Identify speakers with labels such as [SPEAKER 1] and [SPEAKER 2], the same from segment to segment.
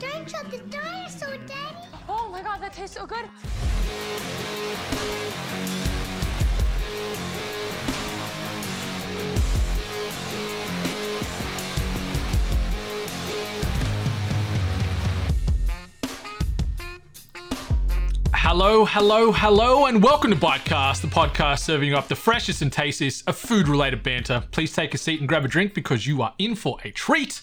[SPEAKER 1] Watch out, the dinosaur, Daddy!
[SPEAKER 2] Oh my god, that tastes so good.
[SPEAKER 3] Hello, hello, hello, and welcome to Bitecast, the podcast serving up the freshest and tastiest of food related banter. Please take a seat and grab a drink because you are in for a treat.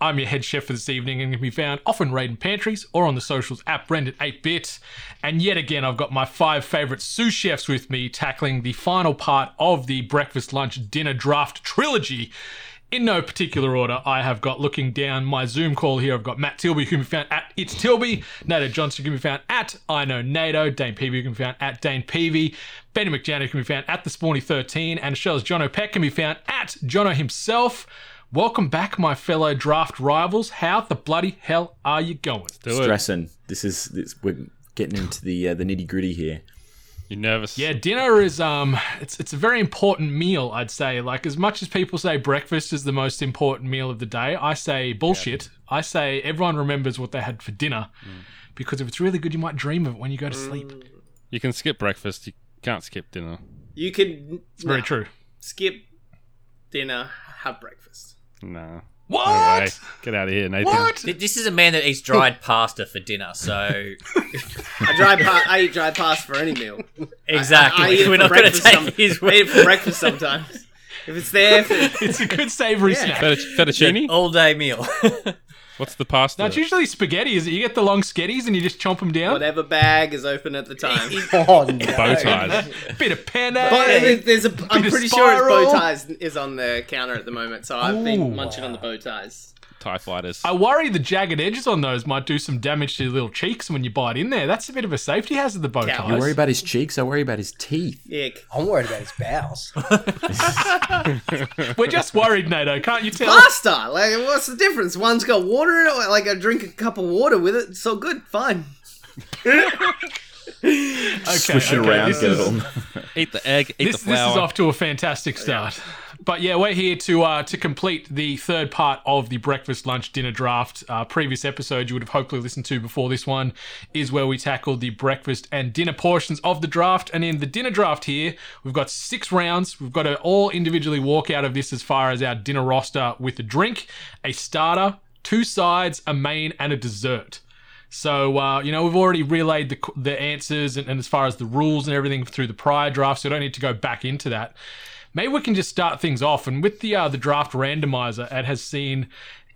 [SPEAKER 3] I'm your head chef for this evening and can be found often raiding pantries or on the socials at Brendan8bit. And yet again, I've got my five favorite sous chefs with me tackling the final part of the breakfast, lunch, dinner draft trilogy. In no particular order, I have got looking down my Zoom call here. I've got Matt Tilby, who can be found at It's Tilby, NATO Johnson, who can be found at I Know NATO, Dane Peavy, who can be found at Dane Peavy, Benny McJanet, who can be found at The Spawny13, and Shell's Jono Peck can be found at Jono himself. Welcome back, my fellow draft rivals. How the bloody hell are you going?
[SPEAKER 4] stressing. This is this, we're getting into the uh, the nitty gritty here.
[SPEAKER 5] You nervous?
[SPEAKER 3] Yeah, dinner is um, it's it's a very important meal. I'd say, like as much as people say breakfast is the most important meal of the day, I say bullshit. I say everyone remembers what they had for dinner,
[SPEAKER 6] Mm.
[SPEAKER 3] because if it's really good, you might dream of it when you go to sleep.
[SPEAKER 5] You can skip breakfast. You can't skip dinner.
[SPEAKER 6] You can
[SPEAKER 3] It's very true.
[SPEAKER 6] skip dinner, have breakfast.
[SPEAKER 5] Nah.
[SPEAKER 3] What?
[SPEAKER 5] No way. Get out of here, Nathan.
[SPEAKER 3] What?
[SPEAKER 7] Th- This is a man that eats dried pasta for dinner, so
[SPEAKER 6] I dry pa- I eat dry pasta for any meal.
[SPEAKER 7] exactly,
[SPEAKER 6] I eat it
[SPEAKER 7] we're
[SPEAKER 6] for
[SPEAKER 7] not going to
[SPEAKER 6] breakfast
[SPEAKER 7] take
[SPEAKER 6] some-
[SPEAKER 7] his
[SPEAKER 6] I eat it
[SPEAKER 7] word
[SPEAKER 6] for breakfast sometimes. If it's there, for,
[SPEAKER 3] It's a good savory
[SPEAKER 6] Yeah.
[SPEAKER 3] snack.
[SPEAKER 5] Fettuc- Fettuccine?
[SPEAKER 7] all day meal.
[SPEAKER 5] What's the pasta?
[SPEAKER 3] That's usually spaghetti, is it? You get the long sketties and you just chomp them down.
[SPEAKER 6] whatever bag is open at the time.
[SPEAKER 5] Bow ties.
[SPEAKER 3] Bit of penne.
[SPEAKER 6] But it- there's a, I'm
[SPEAKER 3] Bit of
[SPEAKER 6] pretty sure it's
[SPEAKER 3] spiral.
[SPEAKER 6] bow ties is on the counter at the moment, so I've
[SPEAKER 3] Ooh.
[SPEAKER 6] been munching on the bow ties.
[SPEAKER 5] Tie fighters.
[SPEAKER 3] I worry the jagged edges on those might do some damage to your little cheeks when you bite in there. That's a bit of a safety hazard, the bow
[SPEAKER 6] Yeah.
[SPEAKER 3] ties.
[SPEAKER 6] You
[SPEAKER 4] I worry about his cheeks. I worry about his teeth.
[SPEAKER 6] Ick.
[SPEAKER 8] I'm worried about his bowels.
[SPEAKER 3] We're just worried, Nato. Can't you tell?
[SPEAKER 6] Pasta! Like, what's the difference? One's got water in it, like I drink a cup of water with it, so good, fine.
[SPEAKER 3] Okay,
[SPEAKER 4] Swish it
[SPEAKER 3] okay,
[SPEAKER 4] around,
[SPEAKER 3] this
[SPEAKER 4] get
[SPEAKER 3] is-
[SPEAKER 4] it on.
[SPEAKER 5] eat the egg. Eat
[SPEAKER 3] this,
[SPEAKER 5] the
[SPEAKER 3] this
[SPEAKER 5] flour.
[SPEAKER 3] is off to a fantastic start. But yeah, we're here to uh, to complete the third part of the breakfast, lunch, dinner draft. Uh, previous episode you would have hopefully listened to before this one is where we tackled the breakfast and dinner portions of the draft. And in the dinner draft here, we've got six rounds. We've got to all individually walk out of this as far as our dinner roster with a drink, a starter, two sides, a main, and a dessert. So uh, you know we've already relayed the the answers and, and as far as the rules and everything through the prior draft, so I don't need to go back into that. Maybe we can just start things off, and with the uh, the draft randomizer, it has seen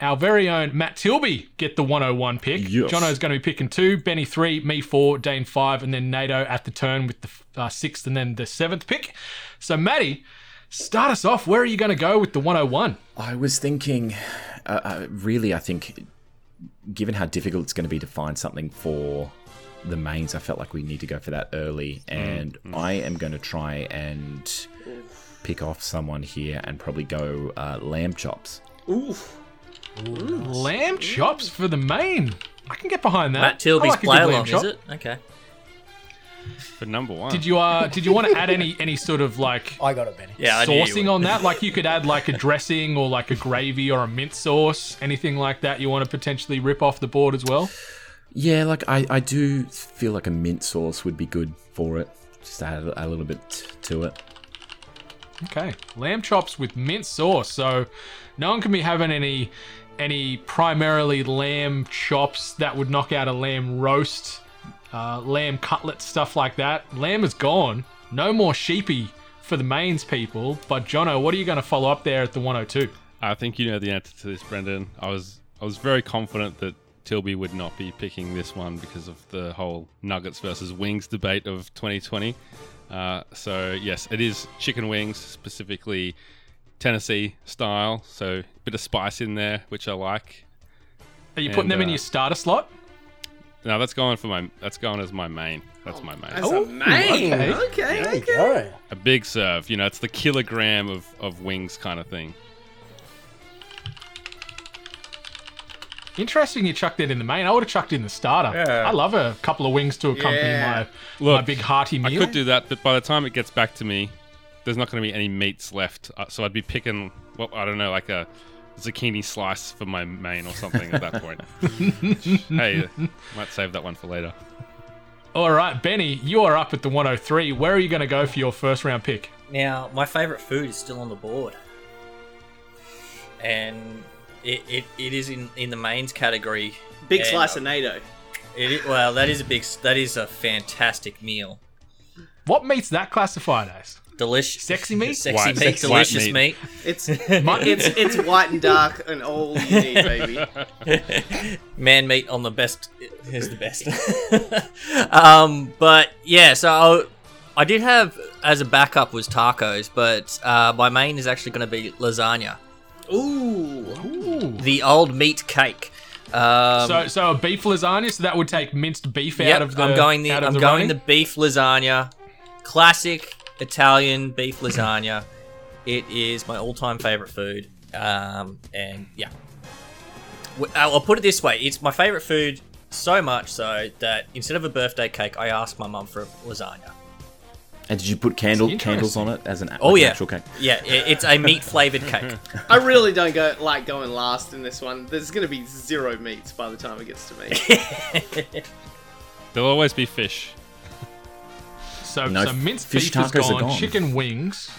[SPEAKER 3] our very own Matt Tilby get the 101 pick.
[SPEAKER 4] Yes.
[SPEAKER 3] Jono's going to be picking two, Benny three, me four, Dane five, and then Nato at the turn with the uh, sixth and then the seventh pick. So Matty, start us off. Where are you going to go with the 101?
[SPEAKER 4] I was thinking, uh, uh, really, I think, given how difficult it's going to be to find something for the mains, I felt like we need to go for that early. And I am going to try and pick off someone here and probably go uh, lamb chops.
[SPEAKER 6] Oof.
[SPEAKER 3] Lamb chops for the main. I can get behind that.
[SPEAKER 7] Matt
[SPEAKER 3] I
[SPEAKER 7] Tilby's
[SPEAKER 3] like a good
[SPEAKER 7] play
[SPEAKER 3] lamb
[SPEAKER 7] along,
[SPEAKER 3] chop.
[SPEAKER 7] is it? Okay.
[SPEAKER 5] for number one.
[SPEAKER 3] Did you uh did you want to add any any sort of
[SPEAKER 6] Oh,
[SPEAKER 3] like
[SPEAKER 8] I got it, Benny.
[SPEAKER 7] Yeah, I knew you
[SPEAKER 3] sourcing
[SPEAKER 7] would.
[SPEAKER 3] on that? Like you could add like a dressing or like a gravy or a mint sauce, anything like that you want to potentially rip off the board as well?
[SPEAKER 4] Yeah, like I, I do feel like a mint sauce would be good for it. Just add a, a little bit to it.
[SPEAKER 3] Okay. Lamb chops with mint sauce. So no one can be having any any primarily lamb chops that would knock out a lamb roast, uh, lamb cutlet, stuff like that. Lamb is gone. No more sheepy for the mains people. But Jono, what are you going to follow up there at the 102?
[SPEAKER 5] I think you know the answer to this, Brendan. I was I was very confident that Tilby would not be picking this one because of the whole Nuggets versus Wings debate of 2020. Uh, so yes, it is chicken wings, specifically Tennessee style. So bit of spice in there, which I like.
[SPEAKER 3] Are you putting
[SPEAKER 5] And,
[SPEAKER 3] them in
[SPEAKER 5] uh,
[SPEAKER 3] your starter slot?
[SPEAKER 5] Now that's going for my that's going as my main.
[SPEAKER 3] Oh.
[SPEAKER 5] That's my main.
[SPEAKER 6] That's a main.
[SPEAKER 3] okay.
[SPEAKER 6] Okay, okay.
[SPEAKER 8] There you go.
[SPEAKER 5] A big serve, you know, it's the kilogram of, of wings kind of thing.
[SPEAKER 3] Interesting you chucked that in the main. I would have chucked in the starter.
[SPEAKER 5] Yeah.
[SPEAKER 3] I love a couple of wings to accompany
[SPEAKER 6] Yeah.
[SPEAKER 3] my, my
[SPEAKER 5] Look,
[SPEAKER 3] big hearty meal.
[SPEAKER 5] I could do that, but by the time it gets back to me, there's not going to be any meats left. Uh, so I'd be picking, well, I don't know, like a zucchini slice for my main or something at that point. hey, might save that one for later.
[SPEAKER 3] All right, Benny, you are up at the 103. Where are you going to go for your first round pick?
[SPEAKER 7] Now, my favorite food is still on the board. And it, it, it is in, in the mains category.
[SPEAKER 6] Big
[SPEAKER 7] And
[SPEAKER 6] slice of NATO.
[SPEAKER 7] It, i- well, that is a big, s- that is a fantastic meal.
[SPEAKER 3] What meat's that classified as?
[SPEAKER 7] Delicious.
[SPEAKER 3] Sexy meat?
[SPEAKER 7] Sexy
[SPEAKER 5] White-
[SPEAKER 7] meat,
[SPEAKER 5] sexy white
[SPEAKER 7] delicious
[SPEAKER 5] meat.
[SPEAKER 7] meat.
[SPEAKER 6] It's it's it's white and dark and all you need, baby.
[SPEAKER 7] Man meat on the best is the best. um, but yeah, so I, I did have as a backup was tacos, but uh, my main is actually going to be lasagna,
[SPEAKER 6] Ooh,
[SPEAKER 3] Ooh.
[SPEAKER 7] the old meat cake. Um,
[SPEAKER 3] so, so a beef lasagna. So that would take minced beef out
[SPEAKER 7] yep,
[SPEAKER 3] of the.
[SPEAKER 7] I'm going the
[SPEAKER 3] out of
[SPEAKER 7] I'm
[SPEAKER 3] the
[SPEAKER 7] going
[SPEAKER 3] running?
[SPEAKER 7] the beef lasagna, classic Italian beef lasagna. It is my all-time favorite food, um, and yeah, W- uh, I'll I'll put it this way: it's my favorite food so much so that instead of a birthday cake, I asked my mum for a lasagna.
[SPEAKER 4] And did you put candle
[SPEAKER 3] That's
[SPEAKER 4] candles on it as an
[SPEAKER 7] Oh
[SPEAKER 4] like an
[SPEAKER 7] yeah,
[SPEAKER 4] actual cake?
[SPEAKER 7] yeah, i- it's a meat flavored cake.
[SPEAKER 6] I really don't go like going last in this one. There's gonna be zero meats by the time it gets to me.
[SPEAKER 5] There'll always be fish.
[SPEAKER 3] So,
[SPEAKER 4] No,
[SPEAKER 3] so minced
[SPEAKER 4] fish
[SPEAKER 3] beef is
[SPEAKER 4] tacos are
[SPEAKER 3] gone,
[SPEAKER 4] gone.
[SPEAKER 3] Chicken wings.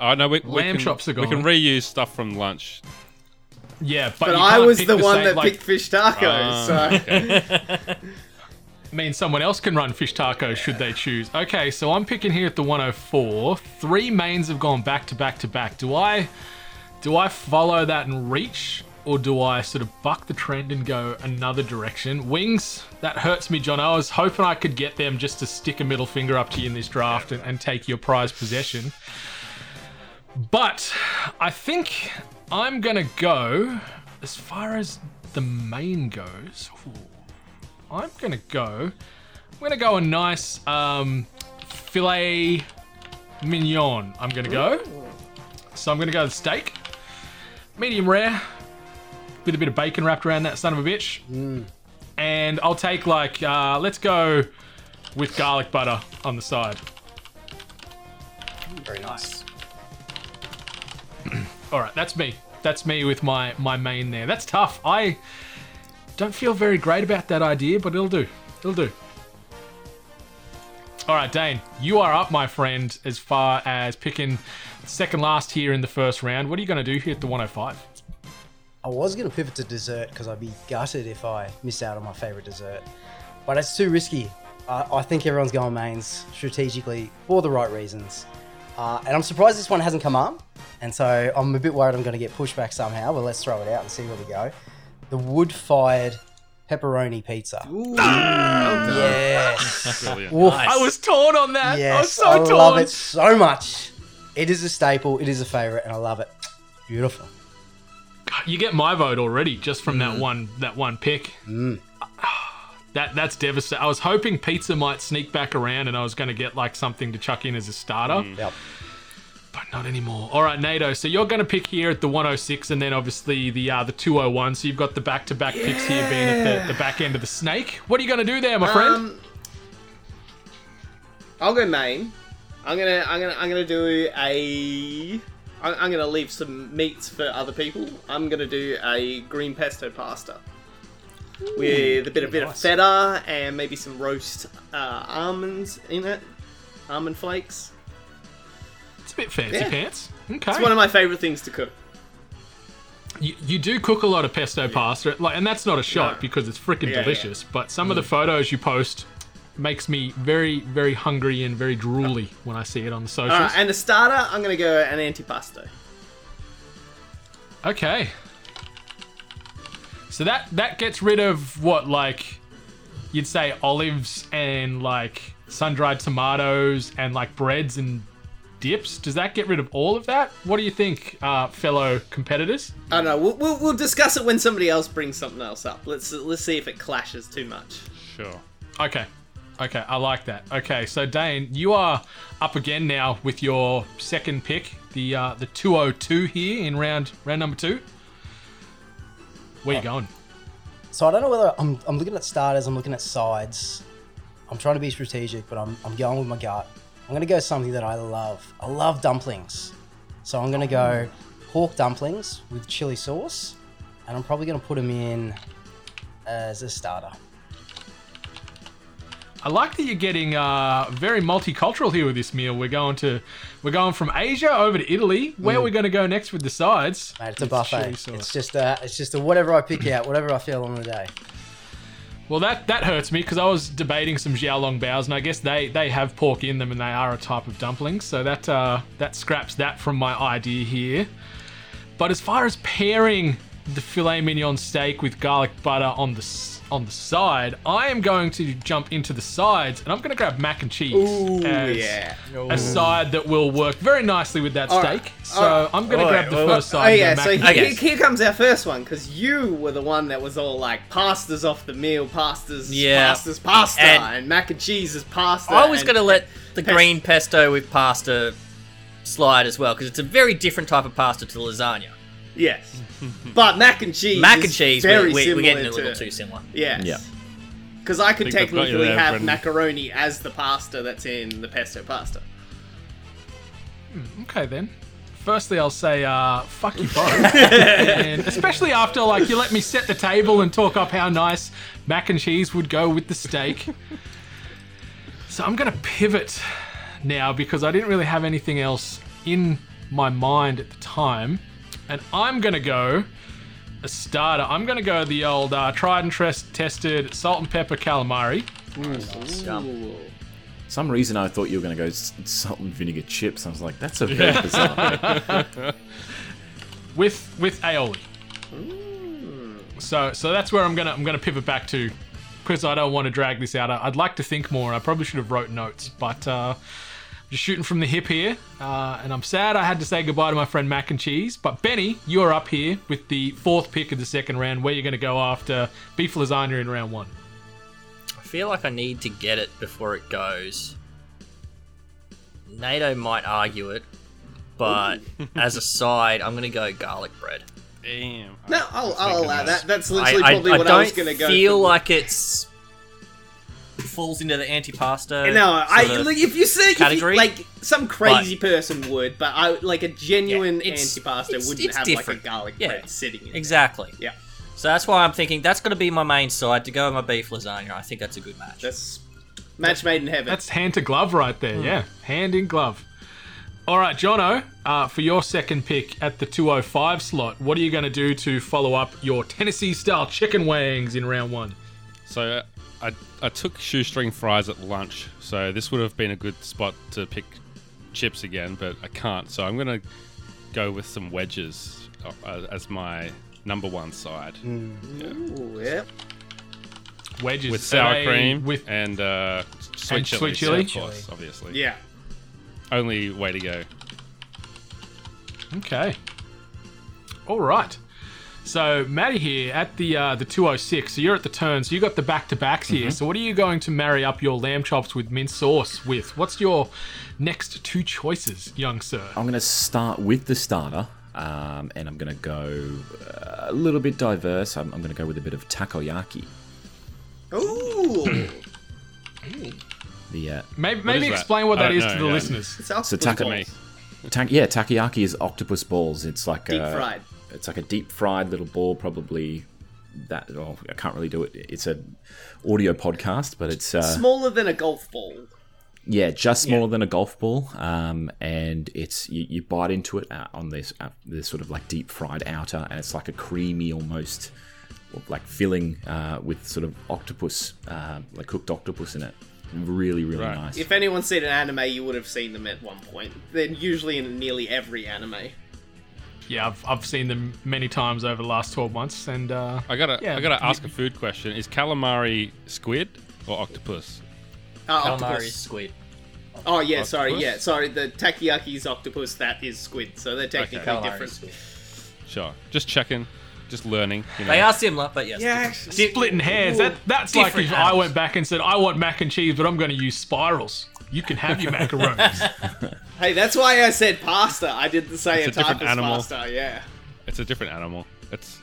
[SPEAKER 5] Oh no, we, we
[SPEAKER 3] Lamb
[SPEAKER 5] can,
[SPEAKER 3] chops are
[SPEAKER 5] We can
[SPEAKER 3] gone.
[SPEAKER 5] reuse stuff from lunch.
[SPEAKER 3] Yeah, but,
[SPEAKER 6] But
[SPEAKER 3] you
[SPEAKER 6] I
[SPEAKER 3] can't
[SPEAKER 6] was
[SPEAKER 3] pick
[SPEAKER 6] the one
[SPEAKER 3] same-
[SPEAKER 6] that
[SPEAKER 3] like,
[SPEAKER 6] picked fish tacos,
[SPEAKER 5] Ah,
[SPEAKER 6] so
[SPEAKER 5] okay.
[SPEAKER 3] I mean, someone else can run fish tacos should they choose. Okay, so I'm picking here at the 104. Three mains have gone back to back to back. Do I, do I follow that and reach, or do I sort of buck the trend and go another direction? Wings, that hurts me, John. I was hoping I could get them just to stick a middle finger up to you in this draft and, and take your prize possession. But I think I'm gonna go as far as the main goes. ooh, I'm gonna go. I'm gonna go a nice um, filet mignon. I'm gonna go. So I'm gonna go with steak, medium rare, with a bit of bacon wrapped around that son of a bitch.
[SPEAKER 7] Mm.
[SPEAKER 3] And I'll take like uh, let's go with garlic butter on the side.
[SPEAKER 7] Very nice.
[SPEAKER 3] All right, that's me. That's me with my my main there. That's tough. I don't feel very great about that idea, but it'll do. It'll do. All right, Dane, you are up, my friend, as far as picking second last here in the first round. What are you going to do here at the 105?
[SPEAKER 2] I was going to pivot to dessert because I'd be gutted if I missed out on my favorite dessert, but it's too risky. Uh, I think everyone's going mains strategically for the right reasons. Uh, and I'm surprised this one hasn't come up. And so I'm a bit worried I'm going to get pushed back somehow, but let's throw it out and see where we go. The wood fired pepperoni pizza. Yes.
[SPEAKER 5] Brilliant.
[SPEAKER 2] Woof.
[SPEAKER 7] Nice.
[SPEAKER 3] I was torn on that. I was
[SPEAKER 2] Yes,
[SPEAKER 3] so
[SPEAKER 2] I,
[SPEAKER 3] torn.
[SPEAKER 2] love it so much. It is a staple. It is a favorite, and I love it. Beautiful.
[SPEAKER 3] You get my vote already just from
[SPEAKER 2] Mm.
[SPEAKER 3] that one that one pick. That that's devastating. I was hoping pizza might sneak back around, and I was going to get like something to chuck in as a starter.
[SPEAKER 2] Yep.
[SPEAKER 3] but not anymore. All right, Nato. So you're going to pick here at the 106, and then obviously the uh, the 201. So you've got the back-to-back picks here, being at the, the back end of the snake. What are you going to do there, my friend?
[SPEAKER 6] um, I'll go main. I'm gonna I'm gonna I'm gonna do a. I'm, I'm gonna leave some meats for other people. I'm gonna do a green pesto pasta with a bit a bit of feta and maybe some roast uh, almonds in it, almond flakes.
[SPEAKER 3] it's a bit fancy
[SPEAKER 6] yeah.
[SPEAKER 3] pants.
[SPEAKER 6] It's one
[SPEAKER 3] Okay.
[SPEAKER 6] of my favorite things to cook.
[SPEAKER 3] you, you do cook a lot of pesto pasta, like, and that's not a shot
[SPEAKER 6] No.
[SPEAKER 3] because it's freaking
[SPEAKER 6] Yeah, Mm. yeah.
[SPEAKER 3] delicious. But some of the photos you post makes me very, very hungry and very drooly when I see it on the
[SPEAKER 6] All
[SPEAKER 3] socials.
[SPEAKER 6] right, and a starter, I'm gonna go an antipasto.
[SPEAKER 3] Okay. So that that gets rid of what like you'd say olives and like sun-dried tomatoes and like breads and dips. Does that get rid of all of that? What do you think, uh, fellow competitors?
[SPEAKER 6] I don't know. We'll, we'll, we'll discuss it when somebody else brings something else up. Let's let's see if it clashes too much.
[SPEAKER 5] Sure.
[SPEAKER 3] Okay. Okay, I like that. Okay, so Dane, you are up again now with your second pick, the uh, the 202 here in round round number 2. Where you going?
[SPEAKER 2] So I don't know whether I'm, I'm looking at starters, I'm looking at sides. I'm trying to be strategic, but I'm, I'm going with my gut. I'm going to go something that I love. I love dumplings. So I'm going to go pork dumplings with chili sauce, and I'm probably going to put them in as a starter.
[SPEAKER 3] I like that you're getting uh, very multicultural here with this meal. We're going to, we're going from Asia over to Italy. Where we're going to go next with the sides?
[SPEAKER 2] Mm. Mate, it's a buffet.
[SPEAKER 3] chili
[SPEAKER 2] It's,
[SPEAKER 3] sauce.
[SPEAKER 2] just a, it's just a whatever I pick out, whatever I feel on the day.
[SPEAKER 3] Well, that that hurts me because I was debating some xiaolong bao's, and I guess they they have pork in them, and they are a type of dumpling. So that uh, that scraps that from my idea here. But as far as pairing the filet mignon steak with garlic butter on the s- on the side, I am going to jump into the sides, and I'm going to grab mac and cheese as
[SPEAKER 6] yeah.
[SPEAKER 3] a side that will work very nicely with that
[SPEAKER 6] All
[SPEAKER 3] steak.
[SPEAKER 6] right.
[SPEAKER 3] So
[SPEAKER 6] All right.
[SPEAKER 3] I'm going to
[SPEAKER 7] All
[SPEAKER 3] grab
[SPEAKER 7] right,
[SPEAKER 3] the
[SPEAKER 7] well,
[SPEAKER 3] first
[SPEAKER 6] Oh
[SPEAKER 3] side. and
[SPEAKER 6] yeah,
[SPEAKER 3] go mac
[SPEAKER 6] so
[SPEAKER 3] and
[SPEAKER 6] here,
[SPEAKER 7] Okay.
[SPEAKER 3] cheese.
[SPEAKER 6] here comes our first one because you were the one that was all like pastas off the meal, pastas,
[SPEAKER 7] Yeah.
[SPEAKER 6] pastas, pasta,
[SPEAKER 7] And-
[SPEAKER 6] and, mac and cheese is pasta.
[SPEAKER 7] I was
[SPEAKER 6] and-
[SPEAKER 7] going to let the
[SPEAKER 6] pes-
[SPEAKER 7] green pesto with pasta slide as well because it's a very different type of pasta to lasagna.
[SPEAKER 6] yes, but mac and cheese,
[SPEAKER 7] Mac and
[SPEAKER 6] is
[SPEAKER 7] cheese,
[SPEAKER 6] very
[SPEAKER 7] we're, we're, we're
[SPEAKER 6] similar
[SPEAKER 7] getting a
[SPEAKER 6] to
[SPEAKER 7] little
[SPEAKER 6] it.
[SPEAKER 7] too similar.
[SPEAKER 6] Yes.
[SPEAKER 4] Yeah.
[SPEAKER 6] Because I could
[SPEAKER 5] Think they've got you
[SPEAKER 6] technically
[SPEAKER 5] there,
[SPEAKER 6] have
[SPEAKER 5] Brendan.
[SPEAKER 6] macaroni as the pasta that's in the pesto pasta.
[SPEAKER 3] Okay then. Firstly, I'll say uh, fuck you both, and especially after like you let me set the table and talk up how nice mac and cheese would go with the steak. So I'm gonna pivot now because I didn't really have anything else in my mind at the time, and I'm gonna go a starter. I'm gonna go the old uh, tried and trest- tested salt and pepper calamari.
[SPEAKER 4] Some reason I thought you were going to go s- salt and vinegar chips. I was like, that's a very bizarre.
[SPEAKER 3] with with aioli. So so that's where I'm gonna I'm gonna pivot back to, because I don't want to drag this out. I, I'd like to think more. I probably should have wrote notes, but uh, just shooting from the hip here. Uh, and I'm sad I had to say goodbye to my friend Mac and Cheese. But Benny, you're up here with the fourth pick of the second round. Where you're gonna go after beef lasagna in round one?
[SPEAKER 7] I feel like I need to get it before it goes. NATO might argue it, but as a side, I'm going to go garlic bread.
[SPEAKER 5] Damn.
[SPEAKER 6] No, I'll, I'll allow that. That's
[SPEAKER 7] I,
[SPEAKER 6] literally
[SPEAKER 7] I-
[SPEAKER 6] probably
[SPEAKER 7] I
[SPEAKER 6] what
[SPEAKER 7] don't
[SPEAKER 6] I was going to go.
[SPEAKER 7] feel
[SPEAKER 6] for.
[SPEAKER 7] like it's falls into the anti-pasta.
[SPEAKER 6] Eh, No, I
[SPEAKER 7] sort of-
[SPEAKER 6] like if you said if you-
[SPEAKER 7] category,
[SPEAKER 6] like some crazy person would, but I like a genuine
[SPEAKER 7] Yeah, it's-
[SPEAKER 6] antipasta
[SPEAKER 7] it's-
[SPEAKER 6] wouldn't
[SPEAKER 7] it's
[SPEAKER 6] have
[SPEAKER 7] different.
[SPEAKER 6] like a garlic
[SPEAKER 7] Yeah.
[SPEAKER 6] bread sitting in. it.
[SPEAKER 7] exactly.
[SPEAKER 6] Yeah,
[SPEAKER 7] So that's why I'm thinking that's going to be my main side to go with my beef lasagna. I think that's a good match.
[SPEAKER 6] that's match made in heaven.
[SPEAKER 3] That's hand to glove right
[SPEAKER 5] Hmm.
[SPEAKER 3] there. Yeah, hand in glove. All right, Jono, uh, for your second pick at the 205 slot, what are you going to do to follow up your Tennessee style chicken wings in round one?
[SPEAKER 5] So uh, I, I took shoestring fries at lunch, so this would have been a good spot to pick chips again, but I can't. So I'm going to go with some wedges uh, as my number one side
[SPEAKER 6] Ooh, yeah.
[SPEAKER 3] Wedges
[SPEAKER 5] with sour
[SPEAKER 3] Are they
[SPEAKER 5] cream
[SPEAKER 3] With
[SPEAKER 5] and uh, sweet
[SPEAKER 3] and
[SPEAKER 5] chili.
[SPEAKER 3] sweet chili?
[SPEAKER 5] Of course, obviously.
[SPEAKER 6] yeah.
[SPEAKER 5] Only way to go.
[SPEAKER 3] okay. All right. So Maddie here at the uh, the 206. So you're at the turn. So you got the back to backs
[SPEAKER 5] Mm-hmm.
[SPEAKER 3] here. So what are you going to marry up your lamb chops with mint sauce with? What's your next two choices, young sir?
[SPEAKER 4] I'm going to start with the starter, um, and I'm going to go uh, a little bit diverse. I'm, I'm going to go with a bit of takoyaki.
[SPEAKER 6] Ooh,
[SPEAKER 4] The uh,
[SPEAKER 3] Maybe, maybe
[SPEAKER 5] is that?
[SPEAKER 3] explain what
[SPEAKER 5] I
[SPEAKER 3] that
[SPEAKER 5] don't
[SPEAKER 3] is to
[SPEAKER 5] know,
[SPEAKER 3] the
[SPEAKER 5] yeah.
[SPEAKER 3] listeners.
[SPEAKER 6] it's octopus
[SPEAKER 4] So taco-
[SPEAKER 5] Me.
[SPEAKER 6] balls.
[SPEAKER 4] ta- yeah, takoyaki is octopus balls. It's like
[SPEAKER 6] deep
[SPEAKER 4] a,
[SPEAKER 6] fried.
[SPEAKER 4] It's like a deep fried little ball, probably. That oh, I can't really do it. It's a audio podcast, but it's uh,
[SPEAKER 6] Smaller than a golf ball.
[SPEAKER 4] Yeah, just smaller than a golf ball, um, and it's you, you bite into it uh, on this uh, this sort of like deep fried outer, and it's like a creamy almost like filling uh, with sort of octopus, uh, like cooked octopus in it. Really, really
[SPEAKER 5] Right.
[SPEAKER 4] nice.
[SPEAKER 6] If anyone's seen an anime, you would have seen them at one point. They're usually in nearly every anime.
[SPEAKER 3] Yeah, I've, I've seen them many times over the last 12 months, and uh,
[SPEAKER 5] I gotta,
[SPEAKER 3] Yeah.
[SPEAKER 5] I gotta ask a food question. Is calamari squid or octopus?
[SPEAKER 6] Uh,
[SPEAKER 7] Calamari
[SPEAKER 6] octopus.
[SPEAKER 7] is squid.
[SPEAKER 6] Oh yeah, sorry,
[SPEAKER 5] Octopus?
[SPEAKER 6] yeah, sorry. The takoyaki's octopus, that is squid, so they're technically
[SPEAKER 7] Calamari is
[SPEAKER 6] different.
[SPEAKER 7] squid.
[SPEAKER 5] Sure. Just checking. Just learning. You know.
[SPEAKER 7] They are similar, but yes. different.
[SPEAKER 3] splitting hairs. That that's like if
[SPEAKER 7] Different
[SPEAKER 3] I
[SPEAKER 7] animals.
[SPEAKER 3] went back and said I want mac and cheese, but I'm going to use spirals. You can have your macaroons.
[SPEAKER 6] Hey, that's why I said pasta. I did the same
[SPEAKER 5] It's a
[SPEAKER 6] type
[SPEAKER 5] different
[SPEAKER 6] as
[SPEAKER 5] animal.
[SPEAKER 6] pasta. Yeah.
[SPEAKER 5] It's a different animal. It's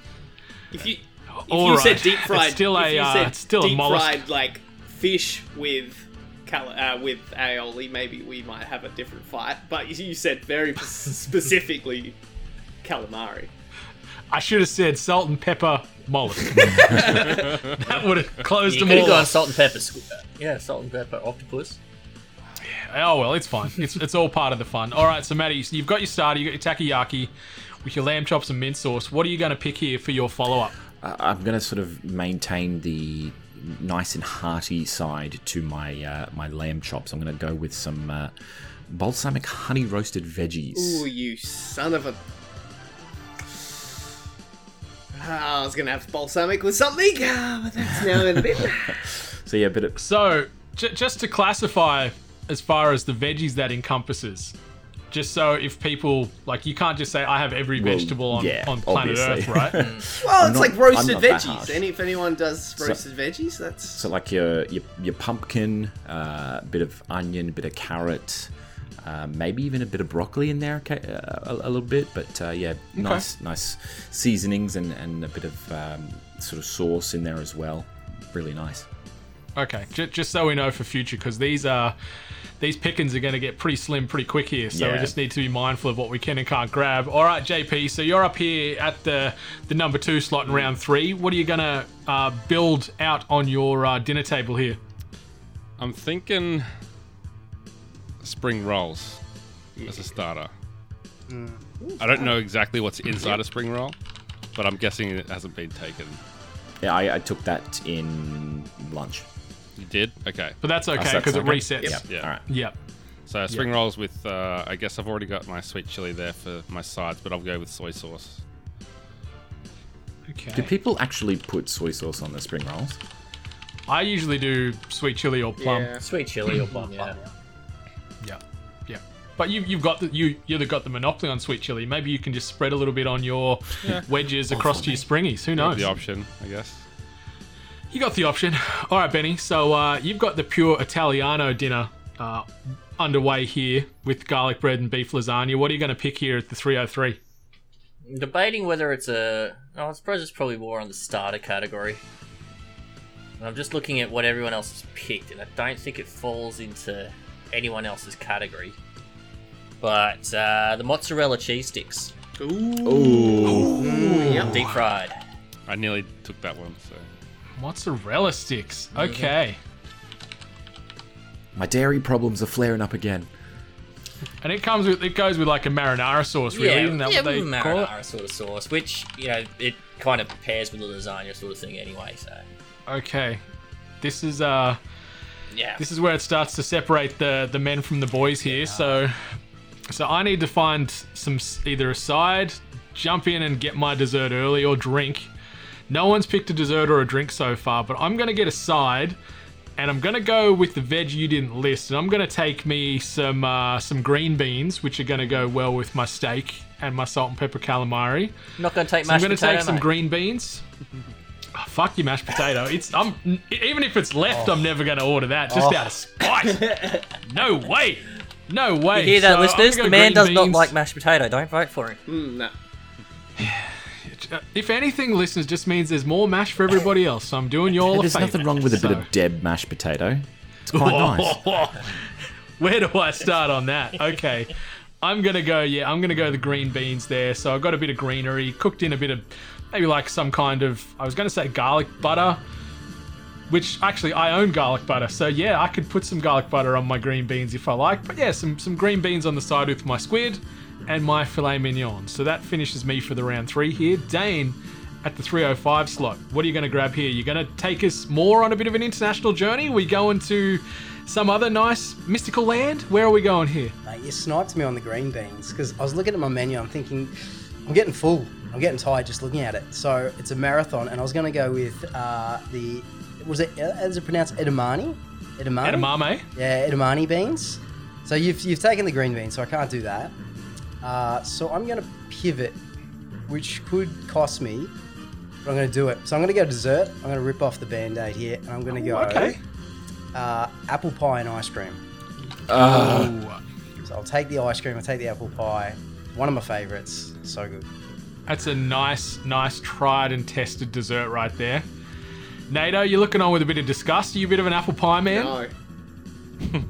[SPEAKER 6] If you if
[SPEAKER 3] All
[SPEAKER 6] you
[SPEAKER 3] right.
[SPEAKER 6] said deep fried,
[SPEAKER 3] It's still
[SPEAKER 6] if
[SPEAKER 3] a,
[SPEAKER 6] you
[SPEAKER 3] uh,
[SPEAKER 6] said
[SPEAKER 3] it's still a
[SPEAKER 6] deep
[SPEAKER 3] mollusk.
[SPEAKER 6] fried like fish with cal- uh, with aioli, maybe we might have a different fight. But you said very p- specifically calamari.
[SPEAKER 3] I should have said salt and pepper mullet. that would have closed
[SPEAKER 7] You
[SPEAKER 3] them
[SPEAKER 7] could have
[SPEAKER 3] all.
[SPEAKER 7] gone
[SPEAKER 3] off.
[SPEAKER 7] salt and pepper. uh, squ- Yeah, salt and pepper octopus.
[SPEAKER 3] Oh well, it's fine. It's, it's all part of the fun. All right, so Matty, so you've got your starter, you have got your takoyaki with your lamb chops and mint sauce. What are you going to pick here for your follow up?
[SPEAKER 4] I- I'm gonna sort of maintain the nice and hearty side to my uh, my lamb chops. I'm gonna go with some uh, balsamic honey roasted veggies.
[SPEAKER 6] Ooh, you son of a. Ah, I was gonna have balsamic with something, ah, but that's now in the bin.
[SPEAKER 4] So yeah, a bit of
[SPEAKER 3] So, j- just to classify, as far as the veggies that encompasses, just so if people like, you can't just say I have every
[SPEAKER 4] Well,
[SPEAKER 3] vegetable on,
[SPEAKER 4] yeah,
[SPEAKER 3] on planet
[SPEAKER 4] obviously.
[SPEAKER 3] Earth, right?
[SPEAKER 6] Well,
[SPEAKER 4] I'm
[SPEAKER 6] it's
[SPEAKER 4] not-
[SPEAKER 6] like
[SPEAKER 4] I'm
[SPEAKER 6] roasted
[SPEAKER 4] not that
[SPEAKER 6] veggies.
[SPEAKER 4] harsh.
[SPEAKER 6] And if anyone does roasted veggies, that's
[SPEAKER 4] so like your your, your pumpkin, a uh, bit of onion, bit of carrot. Uh, maybe even a bit of broccoli in there, okay, uh, a, a little bit, but uh, yeah, nice, nice seasonings and, and a bit of um, sort of sauce in there as well. Really nice.
[SPEAKER 3] Okay, j- just so we know for future, because these are these pickings are going to get pretty slim pretty quick here, so we
[SPEAKER 4] Yeah.
[SPEAKER 3] just need to be mindful of what we can and can't grab. All right, JP, so you're up here at the the number two slot in round three. What are you going to uh, build out on your uh, dinner table here?
[SPEAKER 5] I'm thinking spring rolls as a starter. Mm. I don't know exactly what's inside a spring roll, but I'm guessing it hasn't been taken.
[SPEAKER 4] Yeah, I, I took that in lunch.
[SPEAKER 5] You did? Okay.
[SPEAKER 3] But that's okay
[SPEAKER 4] that's
[SPEAKER 3] because it
[SPEAKER 4] okay.
[SPEAKER 3] resets.
[SPEAKER 4] Yeah.
[SPEAKER 5] Yeah.
[SPEAKER 4] All right.
[SPEAKER 3] Yep.
[SPEAKER 5] So spring rolls with, uh, I guess I've already got my sweet chili there for my sides, but I'll go with soy sauce.
[SPEAKER 3] Okay.
[SPEAKER 4] Do people actually put soy sauce on the spring rolls?
[SPEAKER 3] I usually do sweet chili or plum.
[SPEAKER 6] yeah.
[SPEAKER 7] Sweet chili or plum. Yeah.
[SPEAKER 3] Yeah, yeah. But you, you've got the you you've got the monopoly on sweet chili. Maybe you can just spread a little bit on your wedges across to your springies. Who knows?
[SPEAKER 5] The option, I guess.
[SPEAKER 3] You got the option. All right, Benny. So uh, you've got the pure Italiano dinner uh, underway here with garlic bread and beef lasagna. What are you going to pick here at the 303?
[SPEAKER 7] I'm debating whether it's a. oh, I suppose it's probably more on the starter category. And I'm just looking at what everyone else has picked, and I don't think it falls into anyone else's category. But uh, the mozzarella cheese sticks,
[SPEAKER 4] Ooh.
[SPEAKER 7] deep fried.
[SPEAKER 5] I nearly took that one, so.
[SPEAKER 3] Mozzarella sticks. Okay.
[SPEAKER 4] My dairy problems are flaring up again.
[SPEAKER 3] And it comes with it goes with like a marinara sauce, really. Isn't that
[SPEAKER 7] yeah,
[SPEAKER 3] what they
[SPEAKER 7] with
[SPEAKER 3] call it?
[SPEAKER 7] marinara sort of sauce, which you know it kind of pairs with the lasagna sort of thing anyway. So
[SPEAKER 3] Okay. This is uh
[SPEAKER 7] yeah,
[SPEAKER 3] this is where it starts to separate the the men from the boys here. So, so I need to find some s- either a side, jump in and get my dessert early, or drink. No one's picked a dessert or a drink so far, but I'm gonna get a side, and I'm gonna go with the veg you didn't list, and I'm gonna take me some uh, some green beans, which are gonna go well with my steak and my salt and pepper calamari.
[SPEAKER 7] I'm not gonna take
[SPEAKER 3] So I'm
[SPEAKER 7] mashed
[SPEAKER 3] gonna
[SPEAKER 7] potato,
[SPEAKER 3] take some
[SPEAKER 7] mate.
[SPEAKER 3] green beans. Oh, fuck your mashed potato. It's I'm even if it's left,
[SPEAKER 7] Oh.
[SPEAKER 3] I'm never gonna order that just
[SPEAKER 2] Oh.
[SPEAKER 3] out of spite. no way, no way.
[SPEAKER 7] You hear that,
[SPEAKER 3] So I'm
[SPEAKER 7] listeners?
[SPEAKER 3] gonna go
[SPEAKER 7] The man
[SPEAKER 3] green
[SPEAKER 7] does not
[SPEAKER 3] beans.
[SPEAKER 7] like mashed potato. Don't vote for him.
[SPEAKER 6] Mm, no.
[SPEAKER 3] If anything, listeners, just means there's more mash for everybody else. So I'm doing you all a
[SPEAKER 4] There's
[SPEAKER 3] favor.
[SPEAKER 4] nothing wrong with a bit
[SPEAKER 3] So-
[SPEAKER 4] of Deb mashed potato. It's quite nice.
[SPEAKER 3] Where do I start on that? Okay. I'm gonna go, yeah, I'm gonna go the green beans there. So I've got a bit of greenery, cooked in a bit of maybe like some kind of I was gonna say garlic butter. Which actually I own garlic butter, so yeah, I could put some garlic butter on my green beans if I like. But yeah, some some green beans on the side with my squid and my filet mignon. So that finishes me for the round three here. Dane at the 305 slot. What are you gonna grab here? You're gonna take us more on a bit of an international journey? We going to some other nice mystical land? Where are we going here?
[SPEAKER 2] Mate, you sniped me on the green beans because I was looking at my menu. I'm thinking, I'm getting full. I'm getting tired just looking at it. So it's a marathon, and I was going to go with uh, the was it is it pronounced edamame?
[SPEAKER 6] Um,
[SPEAKER 2] Edamame.
[SPEAKER 3] Edamame.
[SPEAKER 2] Yeah, edamame beans. So you've you've taken the green beans, so I can't do that. Uh, so I'm going to pivot, which could cost me, but I'm going to do it. So I'm going to go dessert. I'm going to rip off the band aid here, and I'm going to go
[SPEAKER 6] Oh,
[SPEAKER 3] okay.
[SPEAKER 2] uh, apple pie and ice cream. So I'll take the ice cream, I'll take the apple pie. One of my favorites. So good.
[SPEAKER 3] That's a nice, nice tried and tested dessert right there. Nato, you're looking on with a bit of disgust. Are you a bit of an apple pie man?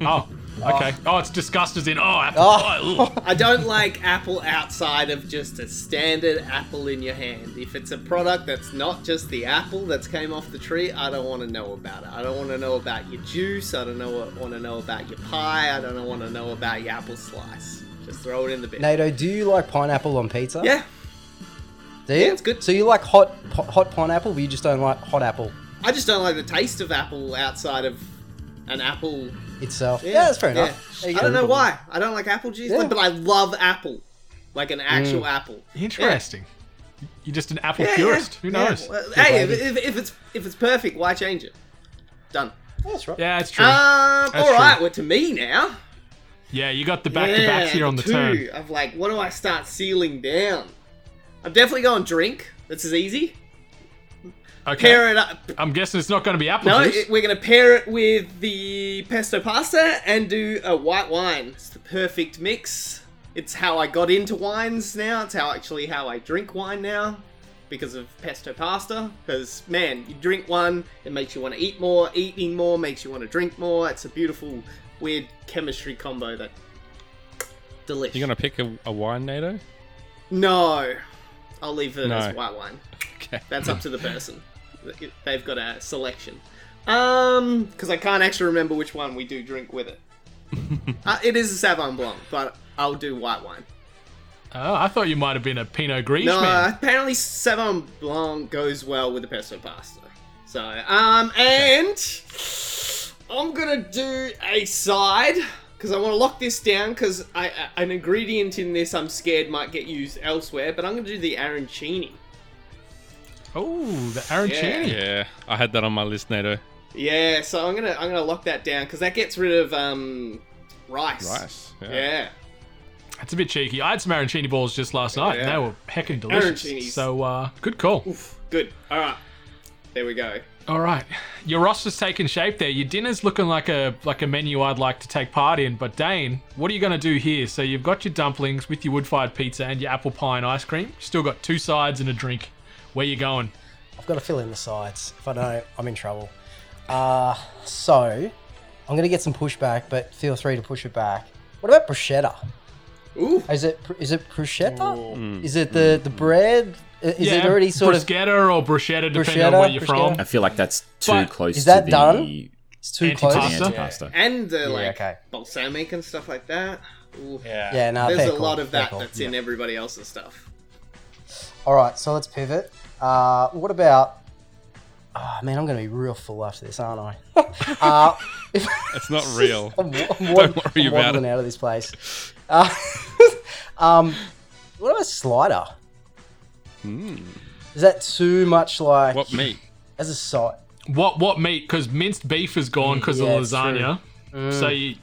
[SPEAKER 6] No.
[SPEAKER 3] Oh, Okay. Oh, it's discussed as in, oh, apple
[SPEAKER 2] Oh.
[SPEAKER 3] pie. ugh.
[SPEAKER 6] I don't like apple outside of just a standard apple in your hand. If it's a product that's not just the apple that's came off the tree, I don't want to know about it. I don't want to know about your juice. I don't know want to know about your pie. I don't want to know about your apple slice. Just throw it in the bin.
[SPEAKER 2] Nato, do you like pineapple on pizza?
[SPEAKER 6] Yeah,
[SPEAKER 2] do you?
[SPEAKER 6] it's good.
[SPEAKER 2] So you like hot po- hot pineapple, but you just don't like hot apple
[SPEAKER 6] I just don't like the taste of apple outside of an apple.
[SPEAKER 2] itself. Yeah, that's fair enough. There you
[SPEAKER 6] I don't
[SPEAKER 2] go.
[SPEAKER 6] know why. I don't like apple juice,
[SPEAKER 2] Yeah. Mm.
[SPEAKER 6] but I love apple, like an actual apple.
[SPEAKER 3] Interesting. You're just an apple
[SPEAKER 6] Yeah, yeah,
[SPEAKER 3] purist. Who
[SPEAKER 6] yeah.
[SPEAKER 3] knows?
[SPEAKER 6] Well, hey, if, if, if it's if it's perfect, why change it? Done.
[SPEAKER 2] That's right.
[SPEAKER 3] Yeah, it's true.
[SPEAKER 6] Um, all
[SPEAKER 3] That's
[SPEAKER 6] right,
[SPEAKER 3] true.
[SPEAKER 6] we're to me now.
[SPEAKER 3] yeah, you got the back to back here on the
[SPEAKER 6] two
[SPEAKER 3] turn.
[SPEAKER 6] of like, what do I start sealing down? I'm definitely going drink. This is easy.
[SPEAKER 3] Okay.
[SPEAKER 6] Pair it up.
[SPEAKER 3] I'm guessing it's not going to be apple
[SPEAKER 6] No,
[SPEAKER 3] juice.
[SPEAKER 6] it- we're gonna pair it with the pesto pasta and do a white wine. It's the perfect mix. It's how I got into wines now. It's how actually how I drink wine now because of pesto pasta. Because man, you drink one, it makes you want to eat more. Eating more makes you want to drink more. It's a beautiful, weird chemistry combo that. Delicious.
[SPEAKER 5] You're gonna pick a, a wine, NATO?
[SPEAKER 6] No, I'll leave it
[SPEAKER 5] No.
[SPEAKER 6] as white wine.
[SPEAKER 5] Okay.
[SPEAKER 6] That's up to the person. They've got a selection. Um, because I can't actually remember which one we do drink with it. uh, it is a Savon Blanc, but I'll do white wine.
[SPEAKER 3] Oh, I thought you might have been a Pinot Gris
[SPEAKER 6] No,
[SPEAKER 3] man.
[SPEAKER 6] apparently Savon Blanc goes well with the pesto pasta. So, um, and I'm gonna do a side because I want to lock this down because I, I an ingredient in this I'm scared might get used elsewhere. But I'm gonna do the arancini.
[SPEAKER 3] Oh, the arancini.
[SPEAKER 5] Yeah, I had that on my list, NATO.
[SPEAKER 6] Yeah, so I'm gonna I'm gonna lock that down because that gets rid of um rice.
[SPEAKER 5] Rice.
[SPEAKER 6] Yeah.
[SPEAKER 3] That's a bit cheeky. I had some arancini balls just last night, and
[SPEAKER 6] Yeah.
[SPEAKER 3] they were heckin' delicious.
[SPEAKER 6] Arancinis.
[SPEAKER 3] So, uh, good call.
[SPEAKER 6] Oof, good. All right. There we go.
[SPEAKER 3] All right, your roster's taking shape there. Your dinner's looking like a like a menu I'd like to take part in. But Dane, what are you going to do here? So you've got your dumplings with your wood-fired pizza and your apple pie and ice cream. You've still got two sides and a drink. Where you going?
[SPEAKER 2] I've got to fill in the sides. If I don't, I'm in trouble. Uh, so I'm going to get some pushback, but feel free to push it back. What about bruschetta?
[SPEAKER 6] Ooh.
[SPEAKER 2] Is it is it bruschetta? Is it the the bread? I- Is it already sort of
[SPEAKER 3] bruschetta or bruschetta, depending on
[SPEAKER 2] Bruschetta,
[SPEAKER 3] where you're
[SPEAKER 2] bruschetta.
[SPEAKER 4] I
[SPEAKER 3] from?
[SPEAKER 4] feel like that's too
[SPEAKER 3] But-
[SPEAKER 4] close
[SPEAKER 2] Is that
[SPEAKER 4] to the
[SPEAKER 2] done? it's too close?
[SPEAKER 3] Antipasta?
[SPEAKER 4] The antipasta.
[SPEAKER 6] And uh, like
[SPEAKER 2] okay. Ah,
[SPEAKER 6] balsamic and stuff like that. Ooh.
[SPEAKER 7] Yeah.
[SPEAKER 2] Yeah, no,
[SPEAKER 6] There's
[SPEAKER 2] fair
[SPEAKER 6] a
[SPEAKER 2] call,
[SPEAKER 6] lot of
[SPEAKER 2] fair
[SPEAKER 6] that
[SPEAKER 2] call.
[SPEAKER 6] that's in everybody else's stuff.
[SPEAKER 2] All right, so let's pivot. Uh, what about? Oh man, I'm going to be real full after this, aren't I? uh,
[SPEAKER 5] It's not real.
[SPEAKER 2] I'm, wa- I'm, wa-
[SPEAKER 5] Don't worry
[SPEAKER 2] I'm
[SPEAKER 5] about
[SPEAKER 2] waddling out of this place. Uh, um, what about slider? Is that too much like
[SPEAKER 5] What meat?
[SPEAKER 2] as a side?
[SPEAKER 3] What what meat? Because minced beef is gone because
[SPEAKER 2] yeah,
[SPEAKER 3] of
[SPEAKER 2] it's true. Mm.
[SPEAKER 3] lasagna. So you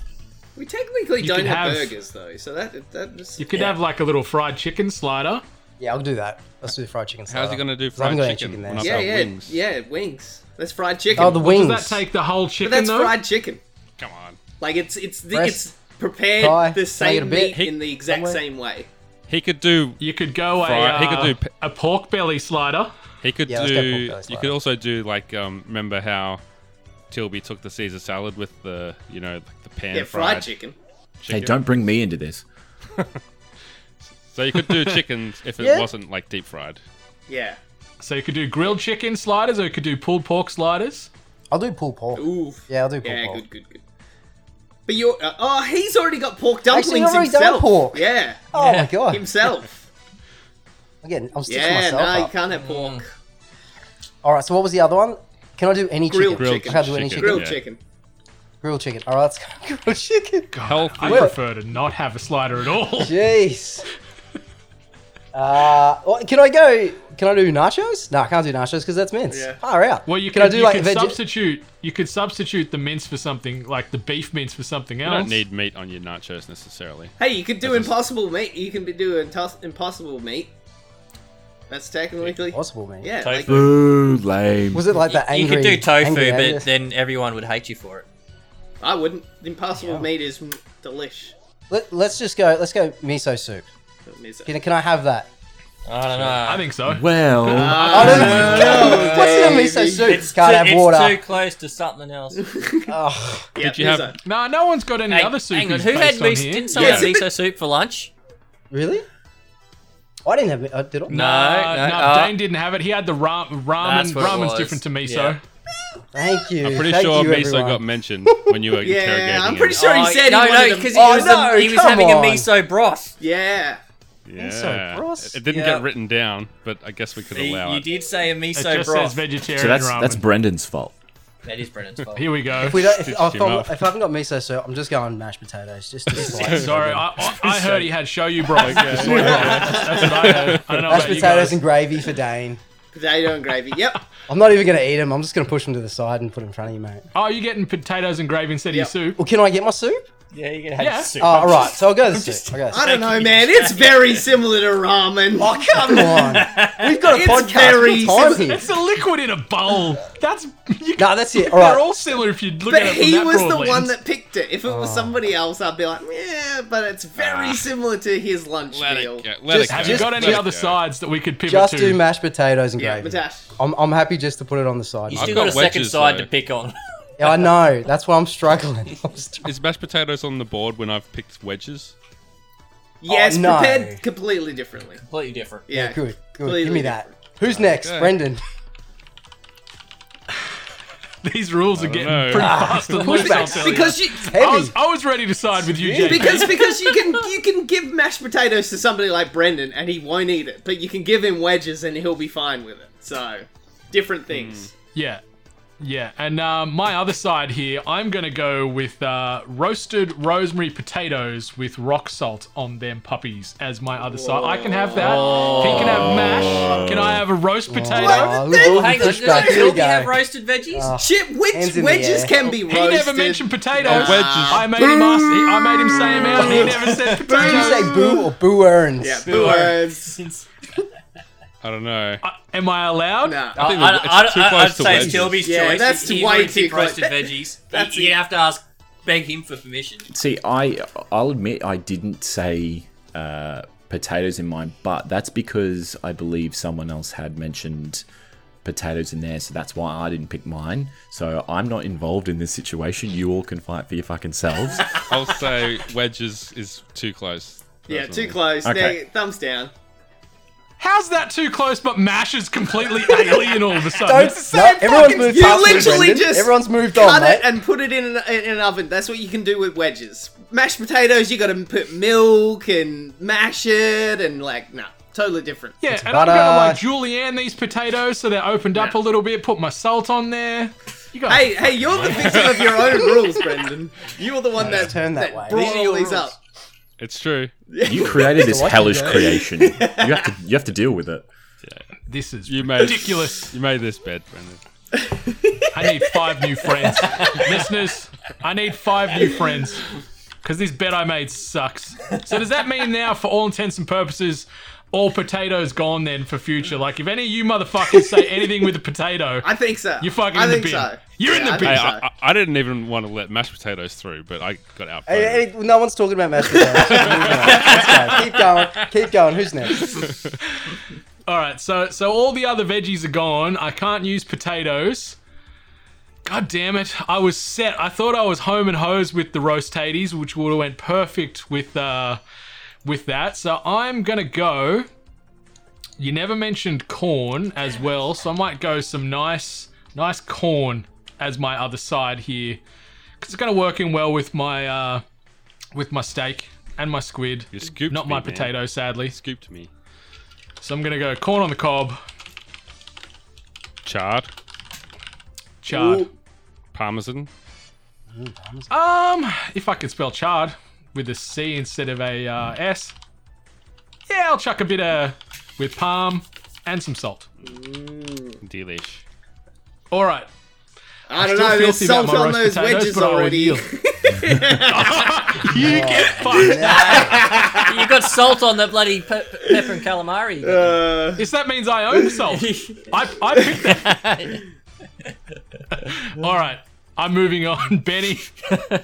[SPEAKER 6] We technically
[SPEAKER 3] You
[SPEAKER 6] don't
[SPEAKER 3] could
[SPEAKER 6] have,
[SPEAKER 3] have-
[SPEAKER 6] burgers though, so that that just
[SPEAKER 3] you could have like a little fried chicken slider.
[SPEAKER 2] Yeah, I'll do that. Let's do the fried chicken slider.
[SPEAKER 5] How's he gonna do
[SPEAKER 2] 'Cause I haven't
[SPEAKER 5] fried
[SPEAKER 2] got any
[SPEAKER 5] chicken?
[SPEAKER 2] chicken
[SPEAKER 5] when
[SPEAKER 2] there.
[SPEAKER 5] I've
[SPEAKER 6] yeah,
[SPEAKER 5] got
[SPEAKER 6] yeah,
[SPEAKER 5] wings?
[SPEAKER 6] yeah, wings. That's fried chicken.
[SPEAKER 2] Uh, Oh, the wings.
[SPEAKER 3] Does that take the whole
[SPEAKER 6] But
[SPEAKER 3] chicken
[SPEAKER 6] that's
[SPEAKER 3] though?
[SPEAKER 6] fried chicken.
[SPEAKER 5] Come on.
[SPEAKER 6] Like it's it's the,
[SPEAKER 2] Breast.
[SPEAKER 6] it's prepared
[SPEAKER 2] Thigh.
[SPEAKER 6] the
[SPEAKER 2] Can I get a
[SPEAKER 6] same
[SPEAKER 2] bit?
[SPEAKER 6] meat in the exact
[SPEAKER 2] Somewhere?
[SPEAKER 6] same way.
[SPEAKER 5] He could do.
[SPEAKER 3] You could go a
[SPEAKER 5] Fried- he could
[SPEAKER 3] uh,
[SPEAKER 5] do pe-
[SPEAKER 3] a pork belly slider.
[SPEAKER 5] He could
[SPEAKER 2] Yeah, let's go pork
[SPEAKER 5] do.
[SPEAKER 2] belly
[SPEAKER 5] You
[SPEAKER 2] slider.
[SPEAKER 5] could also do like um. Remember how Tilby took the Caesar salad with the you know like the pan
[SPEAKER 6] Yeah, fried chicken.
[SPEAKER 4] Hey, don't bring me into this.
[SPEAKER 5] So you could do chicken if it
[SPEAKER 2] Yeah.
[SPEAKER 5] wasn't like deep fried.
[SPEAKER 6] Yeah.
[SPEAKER 3] So you could do grilled chicken sliders, or you could do pulled pork sliders.
[SPEAKER 2] I'll do pulled pork.
[SPEAKER 6] Ooh.
[SPEAKER 2] Yeah, I'll do pulled
[SPEAKER 6] Yeah,
[SPEAKER 2] pork.
[SPEAKER 6] good, good, good. But you're uh, oh, he's already got pork dumplings
[SPEAKER 2] Actually, I've already done
[SPEAKER 6] himself.
[SPEAKER 2] pork.
[SPEAKER 6] Yeah,
[SPEAKER 2] Oh
[SPEAKER 3] Yeah.
[SPEAKER 2] my god!
[SPEAKER 6] himself.
[SPEAKER 2] I'm getting, I'm stitching
[SPEAKER 6] yeah,
[SPEAKER 2] myself
[SPEAKER 6] no, you
[SPEAKER 2] up.
[SPEAKER 6] can't have pork.
[SPEAKER 5] Mm.
[SPEAKER 2] All right, so what was the other one? Can I do any
[SPEAKER 6] Grilled
[SPEAKER 2] chicken?
[SPEAKER 6] chicken.
[SPEAKER 2] Can I do any
[SPEAKER 5] Grilled
[SPEAKER 2] chicken?
[SPEAKER 6] Grilled
[SPEAKER 5] Yeah.
[SPEAKER 6] chicken.
[SPEAKER 2] Grilled chicken. All right, let's go. Grilled chicken.
[SPEAKER 5] Healthy.
[SPEAKER 3] I
[SPEAKER 2] Well-
[SPEAKER 3] prefer to not have a slider at all.
[SPEAKER 2] Jeez. Uh, well, can I go? Can I do nachos? No, I can't do nachos because that's mince.
[SPEAKER 6] Yeah.
[SPEAKER 2] Far out.
[SPEAKER 3] Well, you
[SPEAKER 2] can
[SPEAKER 3] could,
[SPEAKER 2] I do
[SPEAKER 3] you
[SPEAKER 2] like
[SPEAKER 3] could
[SPEAKER 2] veg-
[SPEAKER 3] substitute. You could substitute the mince for something like the beef mince for something
[SPEAKER 5] You
[SPEAKER 3] else.
[SPEAKER 5] don't need meat on your nachos necessarily.
[SPEAKER 6] Hey, you could do impossible meat. You can be doing tos- impossible meat. That's technically
[SPEAKER 2] possible, man?
[SPEAKER 6] yeah.
[SPEAKER 7] Tofu.
[SPEAKER 6] like-
[SPEAKER 4] Boo, lame.
[SPEAKER 2] Was it like that
[SPEAKER 7] you
[SPEAKER 2] angry?
[SPEAKER 7] could do tofu,
[SPEAKER 2] angry
[SPEAKER 7] but
[SPEAKER 2] anger?
[SPEAKER 7] then everyone would hate you for it.
[SPEAKER 6] I wouldn't. Impossible
[SPEAKER 2] Yeah.
[SPEAKER 6] meat is mm, delish.
[SPEAKER 2] Let, us just go. Let's go miso soup.
[SPEAKER 6] But miso-
[SPEAKER 2] Can, can I have that?
[SPEAKER 7] I don't know.
[SPEAKER 3] I think so.
[SPEAKER 4] Well,
[SPEAKER 6] Uh, Ah,
[SPEAKER 2] I don't know. What's in a miso
[SPEAKER 6] Davey.
[SPEAKER 2] soup?
[SPEAKER 7] it's
[SPEAKER 2] Can't
[SPEAKER 7] too,
[SPEAKER 2] have
[SPEAKER 7] it's
[SPEAKER 2] water.
[SPEAKER 7] too close to something else.
[SPEAKER 2] Ugh.
[SPEAKER 6] Yeah,
[SPEAKER 5] Did you
[SPEAKER 6] here's
[SPEAKER 5] have-
[SPEAKER 6] a-
[SPEAKER 3] No, no one's got any
[SPEAKER 7] Hey,
[SPEAKER 3] other soup.
[SPEAKER 7] hang on, who had miso? Didn't someone
[SPEAKER 6] Yeah.
[SPEAKER 7] have miso soup for lunch?
[SPEAKER 2] really? I didn't have. mi- Uh, did I?
[SPEAKER 7] No. no, uh,
[SPEAKER 3] Dane didn't have it. He had the ra- ramen.
[SPEAKER 7] That's what it
[SPEAKER 3] Ramen's
[SPEAKER 7] was.
[SPEAKER 3] different to miso.
[SPEAKER 7] Yeah.
[SPEAKER 2] Thank you.
[SPEAKER 5] I'm pretty
[SPEAKER 2] Thank
[SPEAKER 5] sure
[SPEAKER 2] you,
[SPEAKER 5] miso
[SPEAKER 2] everyone.
[SPEAKER 5] got mentioned when you were interrogating
[SPEAKER 6] Yeah, I'm
[SPEAKER 5] him.
[SPEAKER 6] pretty sure he
[SPEAKER 7] Oh,
[SPEAKER 6] said
[SPEAKER 7] no,
[SPEAKER 6] he
[SPEAKER 7] no,
[SPEAKER 6] wanted them-
[SPEAKER 7] because
[SPEAKER 2] Oh,
[SPEAKER 7] he was,
[SPEAKER 2] no,
[SPEAKER 7] the, he was
[SPEAKER 2] come
[SPEAKER 7] having
[SPEAKER 2] on.
[SPEAKER 7] a miso broth.
[SPEAKER 6] Yeah.
[SPEAKER 5] Yeah.
[SPEAKER 2] Ross?
[SPEAKER 5] It, it didn't
[SPEAKER 7] Yeah.
[SPEAKER 5] get written down, but I guess we could
[SPEAKER 7] You-
[SPEAKER 5] allow
[SPEAKER 7] you
[SPEAKER 5] it.
[SPEAKER 7] did say a
[SPEAKER 3] It
[SPEAKER 7] miso
[SPEAKER 3] just
[SPEAKER 7] broth.
[SPEAKER 3] says vegetarian
[SPEAKER 4] so that's
[SPEAKER 3] ramen.
[SPEAKER 4] that's Brendan's fault.
[SPEAKER 7] that is Brennan's fault.
[SPEAKER 3] Here we go.
[SPEAKER 2] If we don't,
[SPEAKER 5] Stitched
[SPEAKER 2] if, I've
[SPEAKER 5] him
[SPEAKER 2] got-
[SPEAKER 5] up.
[SPEAKER 2] if I haven't got miso soup, I'm just going mashed potatoes. Just to slice.
[SPEAKER 3] Sorry, I, I, I heard he had show you broth. Just soy broth. That's, that's what I heard. I don't know
[SPEAKER 2] mashed
[SPEAKER 3] about you guys.
[SPEAKER 2] potatoes and gravy for Dane.
[SPEAKER 6] Potato and gravy. Yep.
[SPEAKER 2] I'm not even gonna eat them. I'm just gonna push them to the side and put 'em in front of you, mate.
[SPEAKER 3] Oh, you're getting potatoes and gravy instead of your
[SPEAKER 6] Yep.
[SPEAKER 3] soup?
[SPEAKER 2] Well, can I get my soup?
[SPEAKER 7] Yeah, you can have
[SPEAKER 3] Yeah.
[SPEAKER 7] soup.
[SPEAKER 2] Oh, all right. So I'll go to the soup. I'll go to
[SPEAKER 6] I
[SPEAKER 2] the soup.
[SPEAKER 6] don't know, man. It's very similar to ramen.
[SPEAKER 2] Oh, come on. We've got a
[SPEAKER 6] It's
[SPEAKER 2] podcast.
[SPEAKER 6] very
[SPEAKER 2] What time
[SPEAKER 6] simple.
[SPEAKER 2] here?
[SPEAKER 3] It's a liquid in a bowl. That's you,
[SPEAKER 2] Nah, that's it. All
[SPEAKER 3] They're
[SPEAKER 2] right.
[SPEAKER 3] all similar if you look
[SPEAKER 6] But
[SPEAKER 3] at it from
[SPEAKER 6] he
[SPEAKER 3] that
[SPEAKER 6] was
[SPEAKER 3] broad
[SPEAKER 6] the
[SPEAKER 3] lens.
[SPEAKER 6] one that picked it. If it
[SPEAKER 2] Oh.
[SPEAKER 6] was somebody else, I'd be like, yeah, but it's very similar to his lunch
[SPEAKER 5] Let
[SPEAKER 6] meal.
[SPEAKER 5] it go. Let
[SPEAKER 2] Just-
[SPEAKER 5] it go.
[SPEAKER 3] Have you got
[SPEAKER 5] Let
[SPEAKER 3] any
[SPEAKER 5] it
[SPEAKER 3] other
[SPEAKER 5] go.
[SPEAKER 3] sides that we could pivot
[SPEAKER 2] Just
[SPEAKER 3] to?
[SPEAKER 2] do mashed potatoes and
[SPEAKER 6] Yeah,
[SPEAKER 2] gravy.
[SPEAKER 6] Matash.
[SPEAKER 2] I'm, I'm happy just to put it on the side.
[SPEAKER 7] You
[SPEAKER 5] I've
[SPEAKER 7] still
[SPEAKER 5] got
[SPEAKER 7] got, a second
[SPEAKER 5] wedges,
[SPEAKER 7] side
[SPEAKER 5] though.
[SPEAKER 7] to pick on.
[SPEAKER 2] Yeah, I know. That's why I'm struggling. I'm struggling.
[SPEAKER 5] Is mashed potatoes on the board when I've picked wedges?
[SPEAKER 6] Yes,
[SPEAKER 2] Oh, no.
[SPEAKER 6] prepared completely differently.
[SPEAKER 7] Completely different.
[SPEAKER 6] Yeah,
[SPEAKER 2] Good, good.
[SPEAKER 6] Completely
[SPEAKER 2] Give me that. Who's next?
[SPEAKER 5] Okay.
[SPEAKER 2] Brendan.
[SPEAKER 3] These rules are
[SPEAKER 5] don't
[SPEAKER 3] getting
[SPEAKER 5] know.
[SPEAKER 3] pretty fast and loose. I'll
[SPEAKER 6] Because,
[SPEAKER 3] tell you. Oh,
[SPEAKER 6] because you
[SPEAKER 2] Heavy.
[SPEAKER 3] I was, I was ready to side with you, JP.
[SPEAKER 6] because because you can you can give mashed potatoes to somebody like Brendan and he won't eat it, but you can give him wedges and he'll be fine with it. So different things.
[SPEAKER 3] yeah, yeah. And uh, my other side here, I'm gonna go with uh, roasted rosemary potatoes with rock salt on them puppies as my other side. I can have that. He can have mash. Can I have a roast potato?
[SPEAKER 2] Oh,
[SPEAKER 6] What?
[SPEAKER 2] little
[SPEAKER 6] Well, hang
[SPEAKER 7] Hang on,
[SPEAKER 2] pushback. Here
[SPEAKER 7] do
[SPEAKER 2] we
[SPEAKER 7] we have
[SPEAKER 2] go.
[SPEAKER 7] roasted veggies?
[SPEAKER 6] Chip,
[SPEAKER 2] Hands
[SPEAKER 6] which
[SPEAKER 2] in the
[SPEAKER 6] wedges
[SPEAKER 2] air.
[SPEAKER 6] can be
[SPEAKER 3] He
[SPEAKER 6] roasted?
[SPEAKER 3] never mentioned potatoes.
[SPEAKER 5] Oh, wedges.
[SPEAKER 3] I made him ask. He, I made him say him out. and He never said potatoes.
[SPEAKER 2] Did you say boo or boo earns?
[SPEAKER 6] Yeah, boo words.
[SPEAKER 5] I don't know.
[SPEAKER 3] Uh, Am I allowed?
[SPEAKER 6] Nah.
[SPEAKER 5] I think
[SPEAKER 7] I,
[SPEAKER 5] it's
[SPEAKER 7] I,
[SPEAKER 5] too
[SPEAKER 7] I,
[SPEAKER 5] close
[SPEAKER 7] I'd
[SPEAKER 5] to
[SPEAKER 7] say
[SPEAKER 5] wedges.
[SPEAKER 7] it's Tilby's
[SPEAKER 6] Yeah,
[SPEAKER 7] choice.
[SPEAKER 6] that's
[SPEAKER 7] He's
[SPEAKER 6] way
[SPEAKER 7] already
[SPEAKER 6] too
[SPEAKER 7] picked
[SPEAKER 6] close.
[SPEAKER 7] roasted veggies.
[SPEAKER 6] That's
[SPEAKER 7] You'd have to ask, beg him for permission.
[SPEAKER 4] See, I I'll admit I didn't say uh, potatoes in mine, but that's because I believe someone else had mentioned potatoes in there, so that's why I didn't pick mine. So I'm not involved in this situation. You all can fight for your fucking selves.
[SPEAKER 5] I'll say wedges is too close.
[SPEAKER 6] Yeah,
[SPEAKER 5] personally.
[SPEAKER 6] too close.
[SPEAKER 4] Okay.
[SPEAKER 6] Neg- thumbs down.
[SPEAKER 3] How's that too close? But mash is completely alien all of a sudden.
[SPEAKER 2] Don't,
[SPEAKER 3] It's the same
[SPEAKER 2] no, everyone's
[SPEAKER 3] fucking-
[SPEAKER 2] moved
[SPEAKER 6] You
[SPEAKER 2] past me,
[SPEAKER 6] literally
[SPEAKER 2] Brendan.
[SPEAKER 6] just
[SPEAKER 2] Everyone's moved
[SPEAKER 6] Cut
[SPEAKER 2] on, mate.
[SPEAKER 6] it and put it in an, in an oven. That's what you can do with wedges. Mashed potatoes, you got to put milk and mash it, and like, nah, totally different.
[SPEAKER 3] Yeah, and
[SPEAKER 2] butter.
[SPEAKER 3] I'm gonna like julienne these potatoes so they're opened up a
[SPEAKER 6] Yeah.
[SPEAKER 3] little bit. Put my salt on there. You got
[SPEAKER 6] Hey, hey, you're the victim of your own rules, Brendan. You're the one that,
[SPEAKER 2] turn that
[SPEAKER 6] that,
[SPEAKER 2] way.
[SPEAKER 6] brought
[SPEAKER 2] These are
[SPEAKER 6] all
[SPEAKER 2] your
[SPEAKER 6] these
[SPEAKER 2] rules.
[SPEAKER 6] up.
[SPEAKER 5] It's true.
[SPEAKER 4] you created this
[SPEAKER 2] What you
[SPEAKER 4] hellish
[SPEAKER 2] do?
[SPEAKER 4] creation. You have to you have to deal with it.
[SPEAKER 3] this is
[SPEAKER 5] You made
[SPEAKER 3] ridiculous.
[SPEAKER 5] You made this bed, Brendan.
[SPEAKER 3] I need five new friends, listeners. I need five new friends because this bet I made sucks. So does that mean now, for all intents and purposes? All potatoes gone then for future. Like if any of you motherfuckers say anything with a potato,
[SPEAKER 6] I think so.
[SPEAKER 3] You're fucking
[SPEAKER 6] I
[SPEAKER 3] in the
[SPEAKER 6] think
[SPEAKER 3] bin.
[SPEAKER 6] so.
[SPEAKER 3] You're in
[SPEAKER 6] Yeah,
[SPEAKER 3] the
[SPEAKER 6] I
[SPEAKER 3] bin.
[SPEAKER 5] Hey,
[SPEAKER 6] think
[SPEAKER 5] I,
[SPEAKER 6] so.
[SPEAKER 5] I, I didn't even want to let mashed potatoes through, but I got out.
[SPEAKER 2] Hey, hey, no one's talking about mashed potatoes. Moving on. Let's go. Keep going. Keep going. Who's next?
[SPEAKER 3] All right, so so all the other veggies are gone. I can't use potatoes. God damn it! I was set. I thought I was home and hose with the roast taties, which would have went perfect with uh, with that. So I'm gonna go. You never mentioned corn as well, so I might go some nice nice corn as my other side here, because it's gonna work in well with my uh, with my steak and my squid.
[SPEAKER 5] You scooped
[SPEAKER 3] Not
[SPEAKER 5] me,
[SPEAKER 3] my
[SPEAKER 5] man.
[SPEAKER 3] potato, sadly.
[SPEAKER 5] Scooped me.
[SPEAKER 3] So I'm gonna go corn on the cob.
[SPEAKER 5] Chard,
[SPEAKER 3] Chard.
[SPEAKER 5] parmesan.
[SPEAKER 3] Um, if I could spell chard with a C instead of a uh, S, yeah, I'll chuck a bit of with palm and some salt.
[SPEAKER 5] Delish.
[SPEAKER 3] All right.
[SPEAKER 6] I don't
[SPEAKER 3] Still
[SPEAKER 6] know. There's
[SPEAKER 3] filthy about my
[SPEAKER 6] salt on
[SPEAKER 3] roast
[SPEAKER 6] those
[SPEAKER 3] potatoes,
[SPEAKER 6] wedges
[SPEAKER 3] but I will
[SPEAKER 6] already.
[SPEAKER 3] yield. you get fucked.
[SPEAKER 7] you got salt on the bloody pe- pe- pepper and calamari. you got.
[SPEAKER 6] Uh,
[SPEAKER 3] Yes, that means I own the salt. I, I picked that. All right. I'm moving on, Benny.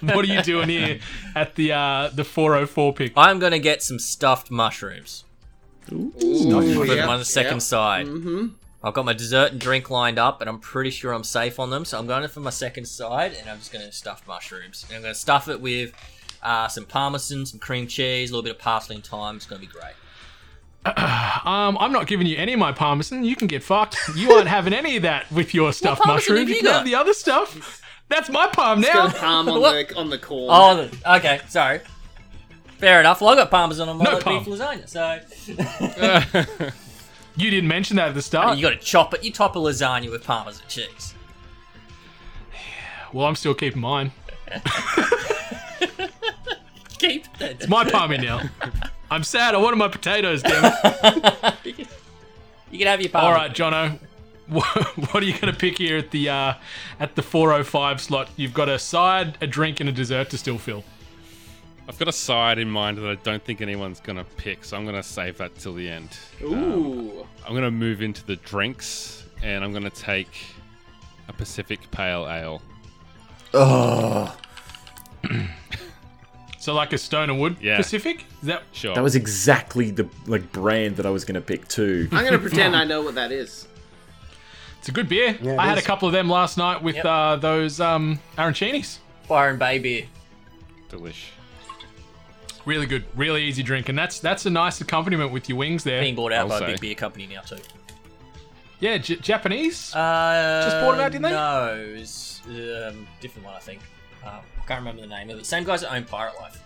[SPEAKER 3] What are you doing here at the uh, the 404 pick?
[SPEAKER 7] I'm gonna get some stuffed mushrooms. Put
[SPEAKER 6] yeah,
[SPEAKER 7] them on the second
[SPEAKER 6] yeah.
[SPEAKER 7] side.
[SPEAKER 6] Mm-hmm.
[SPEAKER 7] I've got my dessert and drink lined up, and I'm pretty sure I'm safe on them. So I'm going for my second side, and I'm just going to stuff mushrooms. And I'm going to stuff it with uh, some parmesan, some cream cheese, a little bit of parsley and thyme. It's going to be great.
[SPEAKER 3] Um, I'm not giving you any of my parmesan. You can get fucked. You aren't having any of that with your stuffed
[SPEAKER 7] parmesan
[SPEAKER 3] mushroom.
[SPEAKER 7] have
[SPEAKER 3] You,
[SPEAKER 7] you
[SPEAKER 3] can have
[SPEAKER 7] got?
[SPEAKER 3] the other stuff. That's my palm now.
[SPEAKER 6] Got palm on
[SPEAKER 7] What?
[SPEAKER 6] the on the corn.
[SPEAKER 7] Oh, th- okay. Sorry. Fair enough. Well, I got parmesan on my
[SPEAKER 3] No
[SPEAKER 7] beef
[SPEAKER 3] parm.
[SPEAKER 7] lasagna, so
[SPEAKER 3] You didn't mention that at the start.
[SPEAKER 7] you got to chop it. You top a lasagna with parmesan cheese.
[SPEAKER 3] Well, I'm still keeping mine.
[SPEAKER 7] Keep that.
[SPEAKER 3] My palmy now. I'm sad. I wanted my potatoes, damn it.
[SPEAKER 7] You can have your parmesan.
[SPEAKER 3] All right, Jono. What what are you going to pick here at the uh, at the 405 slot? You've got a side, a drink, and a dessert to still fill.
[SPEAKER 5] I've got a side in mind that I don't think anyone's gonna pick, so I'm gonna save that till the end.
[SPEAKER 6] Ooh.
[SPEAKER 5] I'm gonna move into the drinks, and I'm gonna take a Pacific Pale Ale.
[SPEAKER 4] Oh,
[SPEAKER 3] So like a Stone and Wood
[SPEAKER 5] Yeah.
[SPEAKER 3] Pacific. Is that
[SPEAKER 5] Sure.
[SPEAKER 4] that was exactly the like brand that I was gonna pick too.
[SPEAKER 6] I'm gonna pretend I know what that is.
[SPEAKER 3] it's a good beer.
[SPEAKER 2] Yeah, it
[SPEAKER 3] I had
[SPEAKER 2] is.
[SPEAKER 3] a couple of them last night with
[SPEAKER 7] Yep.
[SPEAKER 3] uh, those um, arancinis.
[SPEAKER 7] Byron Bay beer.
[SPEAKER 5] delish.
[SPEAKER 3] Really good, really easy drink, and that's that's a nice accompaniment with your wings there.
[SPEAKER 7] Being bought out by
[SPEAKER 5] I'll
[SPEAKER 7] a
[SPEAKER 5] say.
[SPEAKER 7] big beer company now too.
[SPEAKER 3] Yeah, J- Japanese.
[SPEAKER 7] Uh,
[SPEAKER 3] Just bought 'em out, didn't they?
[SPEAKER 7] No, it was um, different one, I think. Um, I can't remember the name of it. Same guys that own Pirate Life.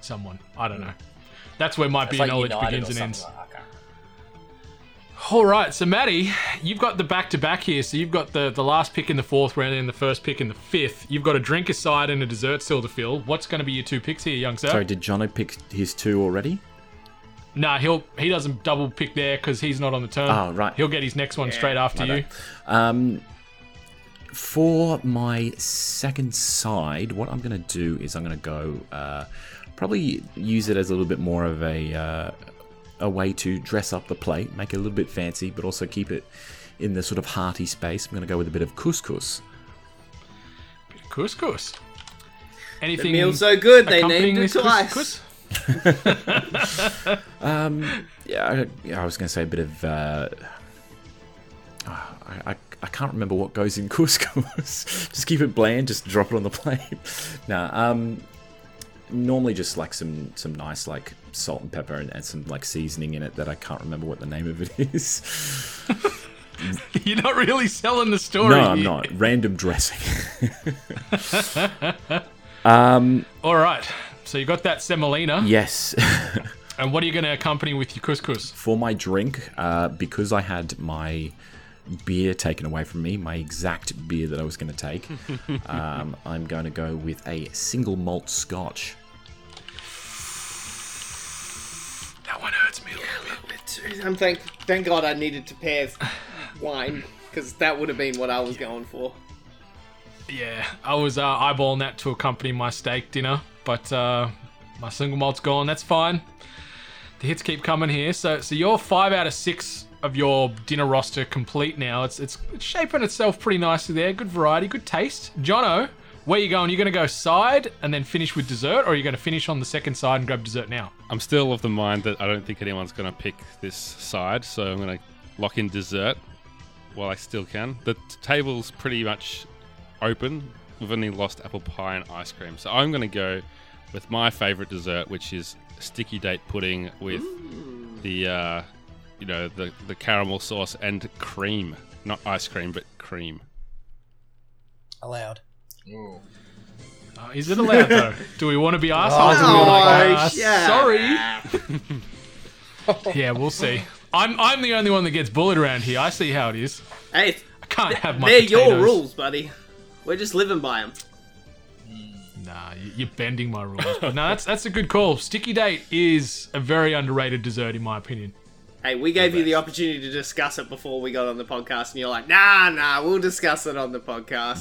[SPEAKER 3] Someone I don't know. That's where my
[SPEAKER 7] It's
[SPEAKER 3] beer
[SPEAKER 7] like
[SPEAKER 3] knowledge
[SPEAKER 7] United
[SPEAKER 3] begins
[SPEAKER 7] or
[SPEAKER 3] and
[SPEAKER 7] something
[SPEAKER 3] ends.
[SPEAKER 7] like that. I can't remember.
[SPEAKER 3] All right, so Maddie, you've got the back to back here. So you've got the, the last pick in the fourth round and the first pick in the fifth. You've got a drink aside and a dessert still to fill. What's going to be your two picks here, young sir?
[SPEAKER 4] Sorry, did Jono pick his two already?
[SPEAKER 3] Nah, he'll he doesn't double pick there because he's not on the turn.
[SPEAKER 4] Oh, right.
[SPEAKER 3] He'll get his next one straight after you.
[SPEAKER 4] Um, for my second side, what I'm going to do is I'm going to go uh, probably use it as a little bit more of a uh, a way to dress up the plate, make it a little bit fancy, but also keep it in the sort of hearty space. I'm going to go with a bit of couscous.
[SPEAKER 3] Couscous.
[SPEAKER 6] The
[SPEAKER 3] Anything
[SPEAKER 6] meal's so good they
[SPEAKER 3] accompanying
[SPEAKER 6] named it
[SPEAKER 3] this
[SPEAKER 6] twice.
[SPEAKER 3] couscous?
[SPEAKER 4] Yeah, I, yeah, I was going to say a bit of. Uh, ah, I, I, I can't remember what goes in couscous. just keep it bland. Just drop it on the plate. nah, um, normally just like some some nice like salt and pepper and, and some like seasoning in it that I can't remember what the name of it is.
[SPEAKER 3] You're not really selling the story.
[SPEAKER 4] no, I'm
[SPEAKER 3] here.
[SPEAKER 4] not. Random dressing.
[SPEAKER 3] All right. So you got that semolina,
[SPEAKER 4] yes.
[SPEAKER 3] and what are you going to accompany with your couscous?
[SPEAKER 4] for my drink, uh, because I had my beer taken away from me, my exact beer that I was going to take, um, I'm going to go with a single malt scotch.
[SPEAKER 3] That one hurts me a little bit.
[SPEAKER 6] I'm thank thank God I needed to pair wine because that would have been what I was going for.
[SPEAKER 3] Yeah, I was uh, eyeballing that to accompany my steak dinner, but uh, my single malt's gone. That's fine. The hits keep coming here. So, so you're five out of six of your dinner roster complete now. It's it's, it's shaping itself pretty nicely there. Good variety, good taste. Jono, where you going? You're going to go side and then finish with dessert, or are you going to finish on the second side and grab dessert now?
[SPEAKER 5] I'm still of the mind that I don't think anyone's going to pick this side, so I'm going to lock in dessert while I still can. The t- table's pretty much open. We've only lost apple pie and ice cream, so I'm going to go with my favorite dessert, which is sticky date pudding with the uh, you know the the caramel sauce and cream, not ice cream, but cream.
[SPEAKER 2] Allowed.
[SPEAKER 3] Uh, is it allowed though? Do we want to be assholes? and be
[SPEAKER 6] Oh,
[SPEAKER 3] like, uh,
[SPEAKER 6] shut Oh,
[SPEAKER 3] sorry. yeah, we'll see. I'm I'm the only one that gets bullied around here. I see how it is.
[SPEAKER 6] Hey,
[SPEAKER 3] I can't have my.
[SPEAKER 6] they're your
[SPEAKER 3] potatoes.
[SPEAKER 6] rules, buddy. We're just living by them.
[SPEAKER 3] Nah, you- you're bending my rules. But no, that's that's a good call. Sticky date is a very underrated dessert in my opinion.
[SPEAKER 6] Hey, we gave you the opportunity to discuss it before we got on the podcast, and you're like, nah, nah, we'll discuss it on the podcast.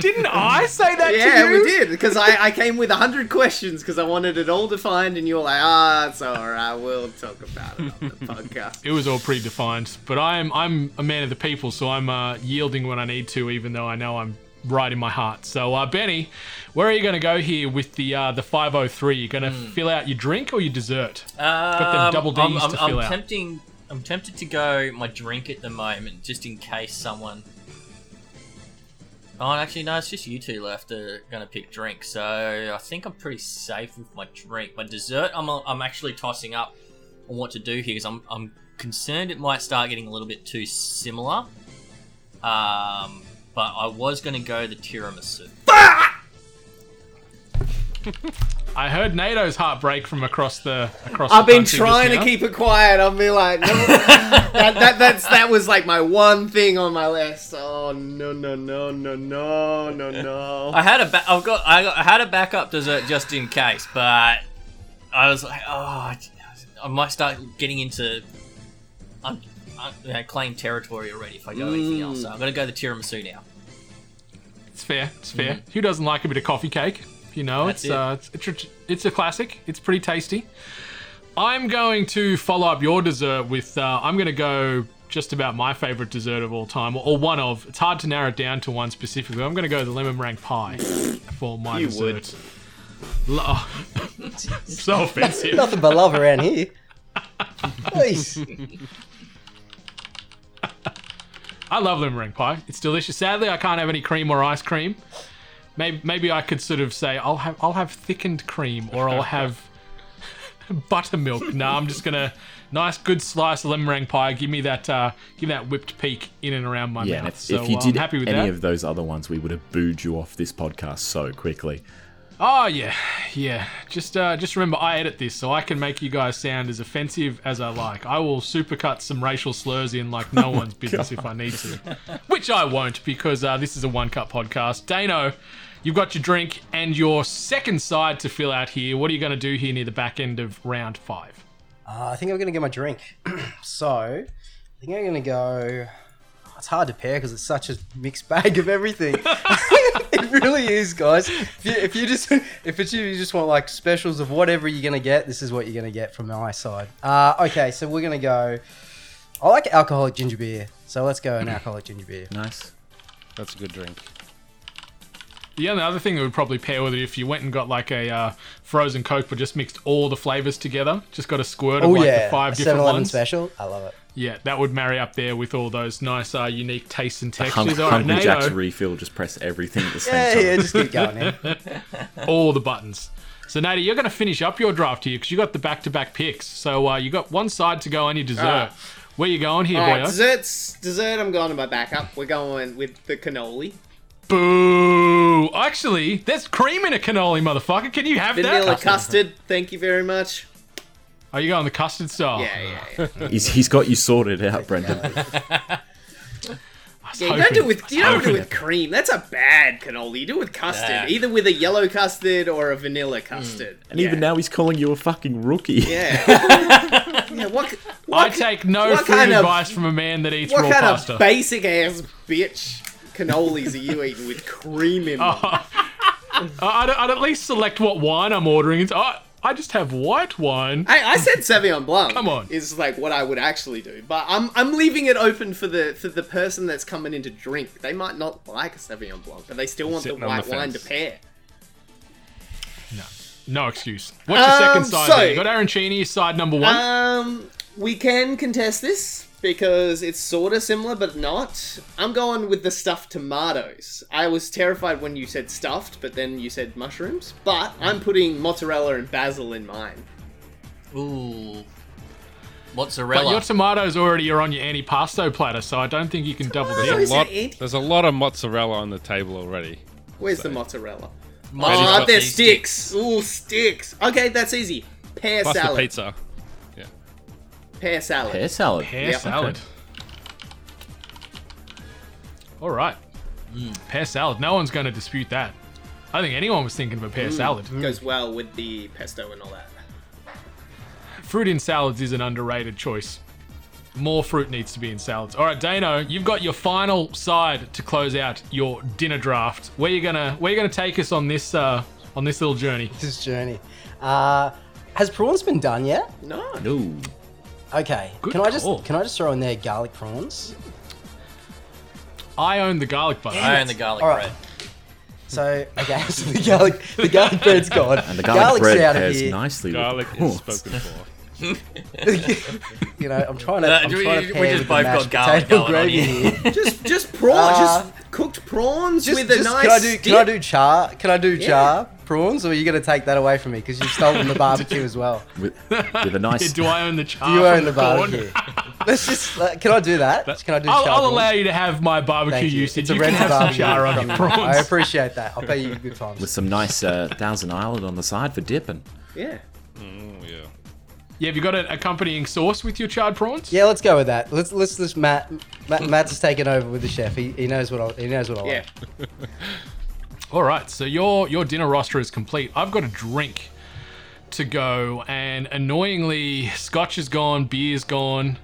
[SPEAKER 3] Didn't I say that
[SPEAKER 6] yeah,
[SPEAKER 3] to you?
[SPEAKER 6] we did, because I, I came with 100 questions because I wanted it all defined, and you were like, ah, it's alright, we'll talk about it on the podcast.
[SPEAKER 3] It was all predefined, but I'm I'm a man of the people, so I'm uh, yielding when I need to, even though I know I'm right in my heart. So, uh, Benny, where are you going to go here with the uh, the 503? You're going to
[SPEAKER 6] Hmm.
[SPEAKER 3] fill out your drink or your dessert? them
[SPEAKER 7] Um,
[SPEAKER 3] double Ds
[SPEAKER 7] I'm, I'm,
[SPEAKER 3] to
[SPEAKER 7] I'm
[SPEAKER 3] fill out.
[SPEAKER 7] tempting. I'm tempted to go my drink at the moment, just in case someone. Oh, and actually, no. It's just you two left that are gonna pick drink. So I think I'm pretty safe with my drink. My dessert, I'm I'm actually tossing up on what to do here because I'm I'm concerned it might start getting a little bit too similar. Um, but I was gonna go the tiramisu.
[SPEAKER 3] I heard NATO's heartbreak from across the across.
[SPEAKER 6] I've
[SPEAKER 3] the
[SPEAKER 6] been
[SPEAKER 3] country just
[SPEAKER 6] trying to
[SPEAKER 3] now.
[SPEAKER 6] keep it quiet. I'll be like, no, that, that, that's, that was like my one thing on my list. Oh, no, no, no, no, no, no, no.
[SPEAKER 7] I had a ba- I've got I, got I had a backup dessert just in case, but I was like, oh, I might start getting into un, un, you know, claim territory already if I go anything else. So I'm gonna go the tiramisu now.
[SPEAKER 3] It's fair. It's fair.
[SPEAKER 6] Mm-hmm.
[SPEAKER 3] Who doesn't like a bit of coffee cake? You know,
[SPEAKER 7] That's
[SPEAKER 3] it's, Uh, it's a tr- it's a classic. It's pretty tasty. I'm going to follow up your dessert with. Uh, I'm going to go just about my favorite dessert of all time, or one of. It's hard to narrow it down to one specifically. I'm going to go the lemon meringue pie for my
[SPEAKER 6] You would.
[SPEAKER 3] dessert. Lo- oh. so offensive.
[SPEAKER 2] Nothing but love around here. Please.
[SPEAKER 3] I love lemon meringue pie. It's delicious. Sadly, I can't have any cream or ice cream. Maybe, maybe I could sort of say I'll have I'll have thickened cream or I'll have buttermilk. No, I'm just gonna nice good slice of lemon meringue pie. Give me that uh, give me that whipped peak in and around my
[SPEAKER 4] Yeah, and
[SPEAKER 3] mouth.
[SPEAKER 4] if,
[SPEAKER 3] So
[SPEAKER 4] if you
[SPEAKER 3] uh,
[SPEAKER 4] did
[SPEAKER 3] I'm happy with
[SPEAKER 4] any
[SPEAKER 3] that.
[SPEAKER 4] of those other ones, we would have booed you off this podcast so quickly.
[SPEAKER 3] oh yeah, yeah. Just uh, just remember I edit this so I can make you guys sound as offensive as I like. I will supercut some racial slurs in like
[SPEAKER 2] Oh
[SPEAKER 3] no one's business if I need to, which I won't because uh, this is a one cut podcast. Dano. You've got your drink and your second side to fill out here. What are you going to do here near the back end of round five?
[SPEAKER 2] Uh, I think I'm going to get my drink. so, I think I'm going to go. It's hard to pair because it's such a mixed bag of everything. it really is, guys. If you, if you just if it's you, you just want like specials of whatever you're going to get, this is what you're going to get from my side. Uh, okay, so we're going to go. I like alcoholic ginger beer, so let's go an alcoholic ginger beer.
[SPEAKER 4] Nice.
[SPEAKER 5] That's a good drink.
[SPEAKER 3] The only other thing that would probably pair with it if you went and got like a uh, frozen Coke, but just mixed all the flavors together, just got a squirt of
[SPEAKER 2] Oh
[SPEAKER 3] like
[SPEAKER 2] yeah,
[SPEAKER 3] the five different
[SPEAKER 2] 7-Eleven
[SPEAKER 3] ones.
[SPEAKER 2] special. I love it.
[SPEAKER 3] Yeah, that would marry up there with all those nice, uh, unique tastes and
[SPEAKER 4] Hung-
[SPEAKER 3] textures. all right,
[SPEAKER 4] Hungry Jack's
[SPEAKER 3] Nato,
[SPEAKER 4] refill. Just press everything at the same
[SPEAKER 2] Yeah,
[SPEAKER 4] time.
[SPEAKER 2] yeah, just keep going. In.
[SPEAKER 3] all the buttons. So Nato, you're going to finish up your draft here because you got the back-to-back picks. So uh, you got one side to go on your dessert.
[SPEAKER 6] Alright.
[SPEAKER 3] Where you going here,
[SPEAKER 6] All right,
[SPEAKER 3] boyo?
[SPEAKER 6] desserts, dessert, I'm going to my backup. We're going with the cannoli.
[SPEAKER 3] Boo! Actually, there's cream in a cannoli, motherfucker. Can you have
[SPEAKER 6] Vanilla
[SPEAKER 3] that?
[SPEAKER 6] custard, thank you very much.
[SPEAKER 3] Are you going the custard style?
[SPEAKER 6] Yeah, yeah, yeah.
[SPEAKER 4] He's, he's got you sorted out, Brendan.
[SPEAKER 3] I was
[SPEAKER 6] Yeah, you
[SPEAKER 3] hoping-
[SPEAKER 6] don't do it with you don't do it
[SPEAKER 3] hoping.
[SPEAKER 6] with cream. That's a bad cannoli. You do it with custard,
[SPEAKER 7] Yeah.
[SPEAKER 6] either with a yellow custard or a vanilla
[SPEAKER 3] Hmm.
[SPEAKER 6] custard.
[SPEAKER 4] And even now, he's calling you a fucking rookie.
[SPEAKER 6] yeah, yeah. What, c- what
[SPEAKER 3] I
[SPEAKER 6] c-
[SPEAKER 3] take no
[SPEAKER 6] what
[SPEAKER 3] food
[SPEAKER 6] kind of-
[SPEAKER 3] advice from a man that eats
[SPEAKER 6] What
[SPEAKER 3] raw
[SPEAKER 6] kind
[SPEAKER 3] pasta.
[SPEAKER 6] of basic ass bitch cannolis are you eating with cream in
[SPEAKER 3] Oh,
[SPEAKER 6] them?
[SPEAKER 3] I- I'd, I'd at least select what wine I'm ordering. It's, I, I just have white wine.
[SPEAKER 6] I, I said Sauvignon Blanc.
[SPEAKER 3] Come on.
[SPEAKER 6] is like what I would actually do, but I'm I'm leaving it open for the for the person that's coming in to drink. They might not like a Sauvignon Blanc, but they still want the
[SPEAKER 5] Sitting on the
[SPEAKER 6] white wine to
[SPEAKER 5] fence.
[SPEAKER 6] pair.
[SPEAKER 3] No excuse. What's your second
[SPEAKER 6] Um,
[SPEAKER 3] side?
[SPEAKER 6] so-
[SPEAKER 3] there? you got arancini, side number one.
[SPEAKER 6] Um, we can contest this because it's sort of similar, but not. I'm going with the stuffed tomatoes. I was terrified when you said stuffed, but then you said mushrooms. But I'm putting mozzarella and basil in mine.
[SPEAKER 7] Ooh,
[SPEAKER 3] but
[SPEAKER 7] mozzarella.
[SPEAKER 3] your tomatoes already are on your antipasto platter, so I don't think you can double
[SPEAKER 6] Tomatoes?
[SPEAKER 3] dip.
[SPEAKER 5] There's
[SPEAKER 6] Is
[SPEAKER 5] a, lot,
[SPEAKER 6] it Andy?
[SPEAKER 5] there's a lot of mozzarella on the table already.
[SPEAKER 6] Where's the mozzarella?
[SPEAKER 7] Mozzarella
[SPEAKER 6] Oh, they're
[SPEAKER 7] cheese
[SPEAKER 6] sticks. Ooh, sticks. Okay, that's easy. Pear
[SPEAKER 5] Plus
[SPEAKER 6] salad.
[SPEAKER 5] the pizza. Yeah.
[SPEAKER 6] Pear salad.
[SPEAKER 4] Pear salad.
[SPEAKER 3] Pear
[SPEAKER 6] Yep.
[SPEAKER 3] salad. All right.
[SPEAKER 7] Mm.
[SPEAKER 3] Pear salad. No one's going to dispute that. I think anyone was thinking of a
[SPEAKER 7] Mm.
[SPEAKER 3] pear salad.
[SPEAKER 6] Goes well with the pesto and all that.
[SPEAKER 3] Fruit in salads is an underrated choice. More fruit needs to be in salads. All right, Dano, you've got your final side to close out your dinner draft. Where you gonna Where you gonna take us on this uh, on this little journey?
[SPEAKER 2] This journey. Uh, has prawns been done yet?
[SPEAKER 6] No.
[SPEAKER 4] No.
[SPEAKER 2] Okay.
[SPEAKER 3] Good
[SPEAKER 2] can I just
[SPEAKER 3] call.
[SPEAKER 2] can I just throw in there garlic prawns?
[SPEAKER 3] I own the garlic butter.
[SPEAKER 7] I own the garlic
[SPEAKER 2] All right.
[SPEAKER 7] bread.
[SPEAKER 2] So okay, so the garlic the garlic bread's gone.
[SPEAKER 4] And the garlic
[SPEAKER 2] Garlic's
[SPEAKER 4] bread
[SPEAKER 2] out of
[SPEAKER 4] pairs
[SPEAKER 2] here.
[SPEAKER 4] nicely
[SPEAKER 5] Garlic
[SPEAKER 4] with the
[SPEAKER 5] is
[SPEAKER 4] prawns.
[SPEAKER 5] spoken for.
[SPEAKER 2] you know, I'm trying to.
[SPEAKER 7] Uh,
[SPEAKER 2] I'm
[SPEAKER 7] we-
[SPEAKER 2] trying
[SPEAKER 7] we
[SPEAKER 2] to pair
[SPEAKER 7] just
[SPEAKER 2] with the
[SPEAKER 7] both
[SPEAKER 2] mashed
[SPEAKER 7] got garlic
[SPEAKER 2] potato
[SPEAKER 7] going on
[SPEAKER 2] gravy
[SPEAKER 7] here.
[SPEAKER 2] here.
[SPEAKER 6] Just, just prawns, just cooked prawns
[SPEAKER 2] Uh, Just,
[SPEAKER 6] with a
[SPEAKER 2] just-
[SPEAKER 6] nice.
[SPEAKER 2] can I do? Can I
[SPEAKER 6] dip.
[SPEAKER 2] do char? Can I do char prawns? Or are you going to take that away from me because you've stolen the barbecue as well?
[SPEAKER 4] With, with a nice.
[SPEAKER 3] do I own the
[SPEAKER 2] Do
[SPEAKER 3] char?
[SPEAKER 2] you
[SPEAKER 3] Ah, from
[SPEAKER 2] own the
[SPEAKER 3] corn?
[SPEAKER 2] barbecue? Let's just. uh, Can I do that? Can I do?
[SPEAKER 3] I'll,
[SPEAKER 2] char
[SPEAKER 3] I'll
[SPEAKER 2] prawns?
[SPEAKER 3] allow you to have my barbecue
[SPEAKER 2] Thank you.
[SPEAKER 3] usage.
[SPEAKER 2] It's a
[SPEAKER 3] You can
[SPEAKER 2] red
[SPEAKER 3] have some
[SPEAKER 2] barbecue.
[SPEAKER 3] char on your prawns.
[SPEAKER 2] I appreciate that. I'll pay you good times.
[SPEAKER 4] with some nice uh, Thousand Island on the side for dipping.
[SPEAKER 6] Yeah.
[SPEAKER 5] Mm, yeah.
[SPEAKER 3] Yeah, have you got an accompanying sauce with your charred prawns?
[SPEAKER 2] Yeah, let's go with that. Let's let's let Matt, Matt Matt's taken over with the chef. He, he knows what I he knows what I
[SPEAKER 6] Yeah.
[SPEAKER 2] like.
[SPEAKER 3] All right, so your your dinner roster is complete. I've got a drink to go, and annoyingly, scotch is gone, beer's gone.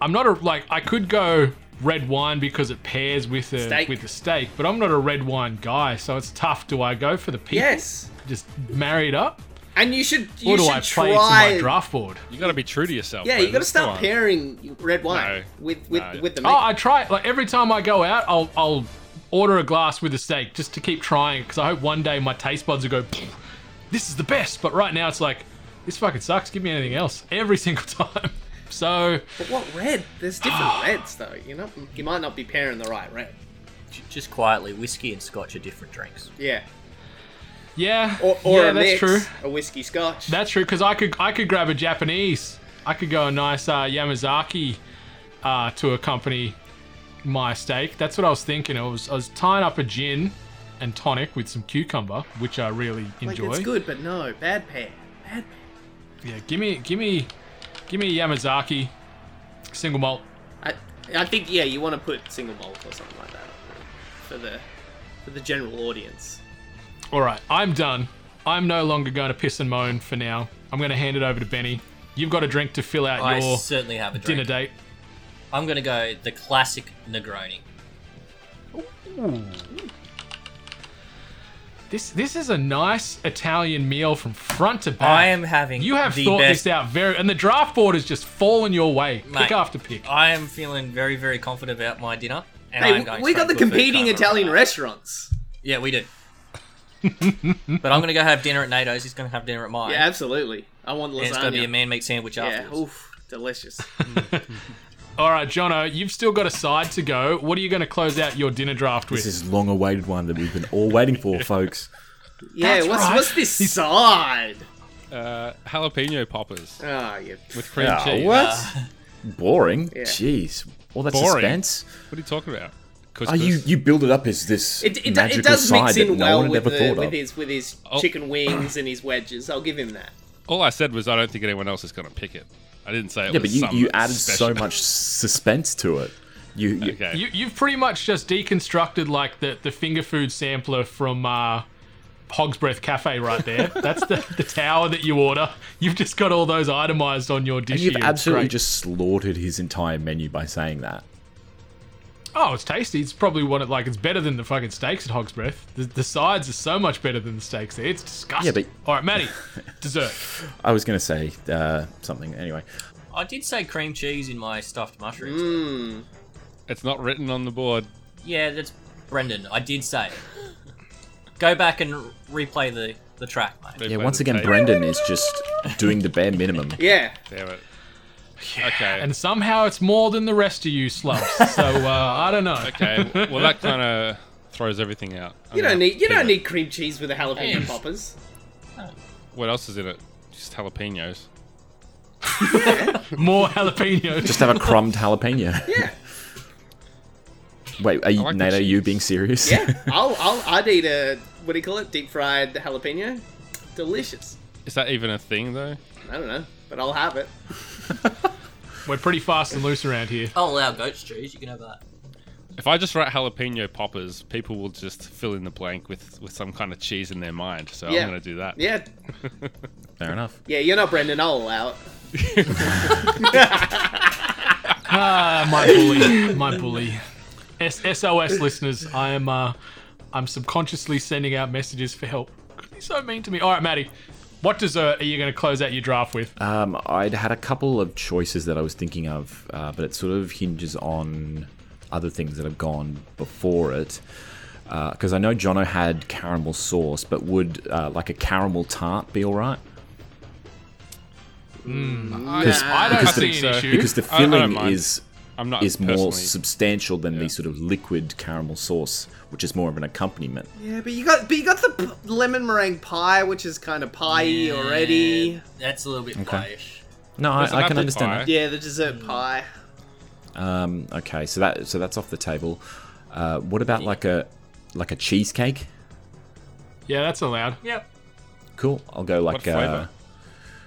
[SPEAKER 3] I'm not a like I could go red wine because it pairs with the
[SPEAKER 6] Steak.
[SPEAKER 3] with the steak, but I'm not a red wine guy, so it's tough. Do I go for the people?
[SPEAKER 6] Yes.
[SPEAKER 3] Just marry it up,
[SPEAKER 6] And you should. You
[SPEAKER 3] or do
[SPEAKER 6] should
[SPEAKER 3] I
[SPEAKER 6] try.
[SPEAKER 3] play it to my draft board?
[SPEAKER 5] You got to be true to yourself.
[SPEAKER 6] Yeah, you
[SPEAKER 5] Brandon.
[SPEAKER 6] got to
[SPEAKER 5] Come
[SPEAKER 6] start
[SPEAKER 5] on.
[SPEAKER 6] pairing red wine
[SPEAKER 5] No.
[SPEAKER 6] with with
[SPEAKER 5] No.
[SPEAKER 6] with the meat.
[SPEAKER 3] Oh, I try like every time I go out, I'll I'll order a glass with a steak just to keep trying because I hope one day my taste buds will go, "Pfft, this is the best. But right now it's like this fucking sucks. Give me anything else every single time. So
[SPEAKER 6] but what red? There's different reds though. You know, you might not be pairing the right red.
[SPEAKER 7] J- Just quietly, whiskey and scotch are different drinks.
[SPEAKER 6] Yeah.
[SPEAKER 3] yeah,
[SPEAKER 6] Or, or
[SPEAKER 3] yeah,
[SPEAKER 6] a
[SPEAKER 3] that's
[SPEAKER 6] mix,
[SPEAKER 3] true.
[SPEAKER 6] a whiskey scotch.
[SPEAKER 3] That's true because I could I could grab a Japanese. I could go a nice uh, Yamazaki uh, to accompany my steak. That's what I was thinking. I was I was tying up a gin and tonic with some cucumber, which I really
[SPEAKER 6] like
[SPEAKER 3] enjoy.
[SPEAKER 6] it's good, but no, bad pair. Bad
[SPEAKER 3] Yeah, give me, give me, give me Yamazaki single malt.
[SPEAKER 6] pair. I, I think yeah, you want to put single malt or something like that for the for the general audience.
[SPEAKER 3] All right, I'm done. I'm no longer going to piss and moan for now. I'm going to hand it over to Benny. You've got a drink to fill out
[SPEAKER 7] I
[SPEAKER 3] your
[SPEAKER 7] certainly have a drink.
[SPEAKER 3] dinner date.
[SPEAKER 7] I'm gonna go the classic Negroni.
[SPEAKER 3] This this is a nice Italian meal from front to back.
[SPEAKER 7] I am having
[SPEAKER 3] You have
[SPEAKER 7] the
[SPEAKER 3] thought
[SPEAKER 7] best.
[SPEAKER 3] this out very, and the draft board has just fallen your way,
[SPEAKER 7] Mate.
[SPEAKER 3] pick after pick.
[SPEAKER 7] I am feeling very very confident about my dinner. And I'm
[SPEAKER 6] Hey,
[SPEAKER 7] going
[SPEAKER 6] w- we got the
[SPEAKER 7] straight to a food
[SPEAKER 6] competing
[SPEAKER 7] coma
[SPEAKER 6] Italian
[SPEAKER 7] right now.
[SPEAKER 6] restaurants.
[SPEAKER 7] Yeah, we do. but I'm gonna go have dinner at NATO's. He's gonna have dinner at mine.
[SPEAKER 6] Yeah, absolutely. I want
[SPEAKER 7] and
[SPEAKER 6] lasagna.
[SPEAKER 7] it's gonna be a man meat sandwich
[SPEAKER 6] yeah,
[SPEAKER 7] afterwards.
[SPEAKER 6] oof, delicious.
[SPEAKER 3] All right, Jono, you've still got a side to go. What are you going to close out your dinner draft with?
[SPEAKER 4] This is long-awaited one that we've been all waiting for, folks.
[SPEAKER 6] Yeah,
[SPEAKER 3] That's
[SPEAKER 6] what's
[SPEAKER 3] right.
[SPEAKER 6] what's this side?
[SPEAKER 5] Uh, jalapeno poppers
[SPEAKER 6] Oh, yeah.
[SPEAKER 5] with cream
[SPEAKER 4] Ah,
[SPEAKER 5] cheese.
[SPEAKER 4] what? Boring.
[SPEAKER 6] Yeah.
[SPEAKER 4] Jeez, all that
[SPEAKER 5] Boring.
[SPEAKER 4] suspense.
[SPEAKER 5] What are you talking about?
[SPEAKER 4] Oh, you you build it up as this
[SPEAKER 6] It, it, do-
[SPEAKER 4] magical
[SPEAKER 6] it does
[SPEAKER 4] side
[SPEAKER 6] mix
[SPEAKER 4] that
[SPEAKER 6] in
[SPEAKER 4] no
[SPEAKER 6] well
[SPEAKER 4] one had
[SPEAKER 6] with,
[SPEAKER 4] ever
[SPEAKER 6] the,
[SPEAKER 4] thought
[SPEAKER 6] with
[SPEAKER 4] of.
[SPEAKER 6] his with his
[SPEAKER 5] Oh.
[SPEAKER 6] chicken wings and his wedges. I'll give him that.
[SPEAKER 5] All I said was I don't think anyone else is going to pick it. I didn't say it
[SPEAKER 4] yeah, but
[SPEAKER 5] was
[SPEAKER 4] you,
[SPEAKER 5] some
[SPEAKER 4] you added so
[SPEAKER 5] special-
[SPEAKER 4] much suspense to it. You, you
[SPEAKER 5] okay.
[SPEAKER 3] You, you've pretty much just deconstructed like the, the finger food sampler from uh, Hog's Breath Cafe right there. That's the, the tower that you order. You've just got all those itemized on your dish.
[SPEAKER 4] and you've
[SPEAKER 3] here. It's
[SPEAKER 4] absolutely
[SPEAKER 3] great.
[SPEAKER 4] just slaughtered his entire menu by saying that.
[SPEAKER 3] Oh, it's tasty. It's probably one of like it's better than the fucking steaks at Hog's Breath. The, the sides are so much better than the steaks there. It's disgusting.
[SPEAKER 4] Yeah,
[SPEAKER 3] all right, Maddie, dessert.
[SPEAKER 4] I was going to say uh, something anyway.
[SPEAKER 7] I did say cream cheese in my stuffed mushrooms.
[SPEAKER 6] Hmm.
[SPEAKER 5] It's not written on the board.
[SPEAKER 7] Yeah, that's Brendan. I did say it. Go back and replay the the track, mate.
[SPEAKER 5] They
[SPEAKER 4] Yeah,
[SPEAKER 5] made
[SPEAKER 4] once
[SPEAKER 5] a
[SPEAKER 4] again,
[SPEAKER 5] tape.
[SPEAKER 4] Brendan is just doing the bare minimum.
[SPEAKER 6] Yeah.
[SPEAKER 5] Damn it. Okay.
[SPEAKER 3] And somehow it's more than the rest of you slums. So uh, I don't know.
[SPEAKER 5] okay. Well, that kind of throws everything out. I'm
[SPEAKER 6] You
[SPEAKER 5] gonna
[SPEAKER 6] don't need you
[SPEAKER 5] pivot.
[SPEAKER 6] don't need cream cheese with the jalapeno
[SPEAKER 7] Yes.
[SPEAKER 6] poppers.
[SPEAKER 5] What else is in it? Just jalapenos.
[SPEAKER 3] More jalapenos.
[SPEAKER 4] Just have a crumbed jalapeno.
[SPEAKER 6] Yeah.
[SPEAKER 4] Wait, are you,
[SPEAKER 5] like the
[SPEAKER 4] Nato? You
[SPEAKER 5] cheese.
[SPEAKER 4] being serious?
[SPEAKER 6] Yeah. I'll I'll I'd eat a what do you call it? Deep fried jalapeno. Delicious.
[SPEAKER 5] Is that even a thing though?
[SPEAKER 6] I don't know, but I'll have it.
[SPEAKER 3] We're pretty fast and loose around here.
[SPEAKER 7] I'll allow goat's cheese. You can have that.
[SPEAKER 5] If I just write jalapeno poppers, people will just fill in the blank with, with some kind of cheese in their mind. So
[SPEAKER 6] Yeah.
[SPEAKER 5] I'm gonna do that.
[SPEAKER 6] Yeah.
[SPEAKER 4] Fair enough.
[SPEAKER 6] Yeah, you're not Brendan, I'll allow it.
[SPEAKER 3] Ah, my bully, my bully. S- SOS listeners, I am, uh, I'm subconsciously sending out messages for help. God, He's so mean to me. All right, Maddie, what dessert are you going to close out your draft with?
[SPEAKER 4] Um, I'd had a couple of choices that I was thinking of, uh, but it sort of hinges on other things that have gone before it. Because I know Jono had caramel sauce, but would uh, like a caramel tart be all right?
[SPEAKER 5] Hmm?
[SPEAKER 3] I don't
[SPEAKER 4] because
[SPEAKER 3] see
[SPEAKER 4] uh,
[SPEAKER 5] the-
[SPEAKER 3] an
[SPEAKER 5] so.
[SPEAKER 3] issue.
[SPEAKER 4] Because the
[SPEAKER 5] I- I don't
[SPEAKER 4] filling
[SPEAKER 5] mind.
[SPEAKER 4] is
[SPEAKER 5] I'm not
[SPEAKER 4] is
[SPEAKER 5] personally-
[SPEAKER 4] more substantial than the sort of liquid caramel sauce, which is more of an accompaniment.
[SPEAKER 6] Yeah, but you got but you got the p- lemon meringue pie, which is kind of pie-y already.
[SPEAKER 7] That's a little bit pie-ish.
[SPEAKER 4] No, I,
[SPEAKER 5] There's an
[SPEAKER 4] I can
[SPEAKER 5] apple
[SPEAKER 4] understand
[SPEAKER 5] pie.
[SPEAKER 4] that.
[SPEAKER 6] Yeah, the dessert pie.
[SPEAKER 4] Um, okay, so that so that's off the table. Uh, what about like a like a cheesecake?
[SPEAKER 3] yeah, that's allowed. Yep.
[SPEAKER 4] Cool. I'll go like uh,
[SPEAKER 5] flavour?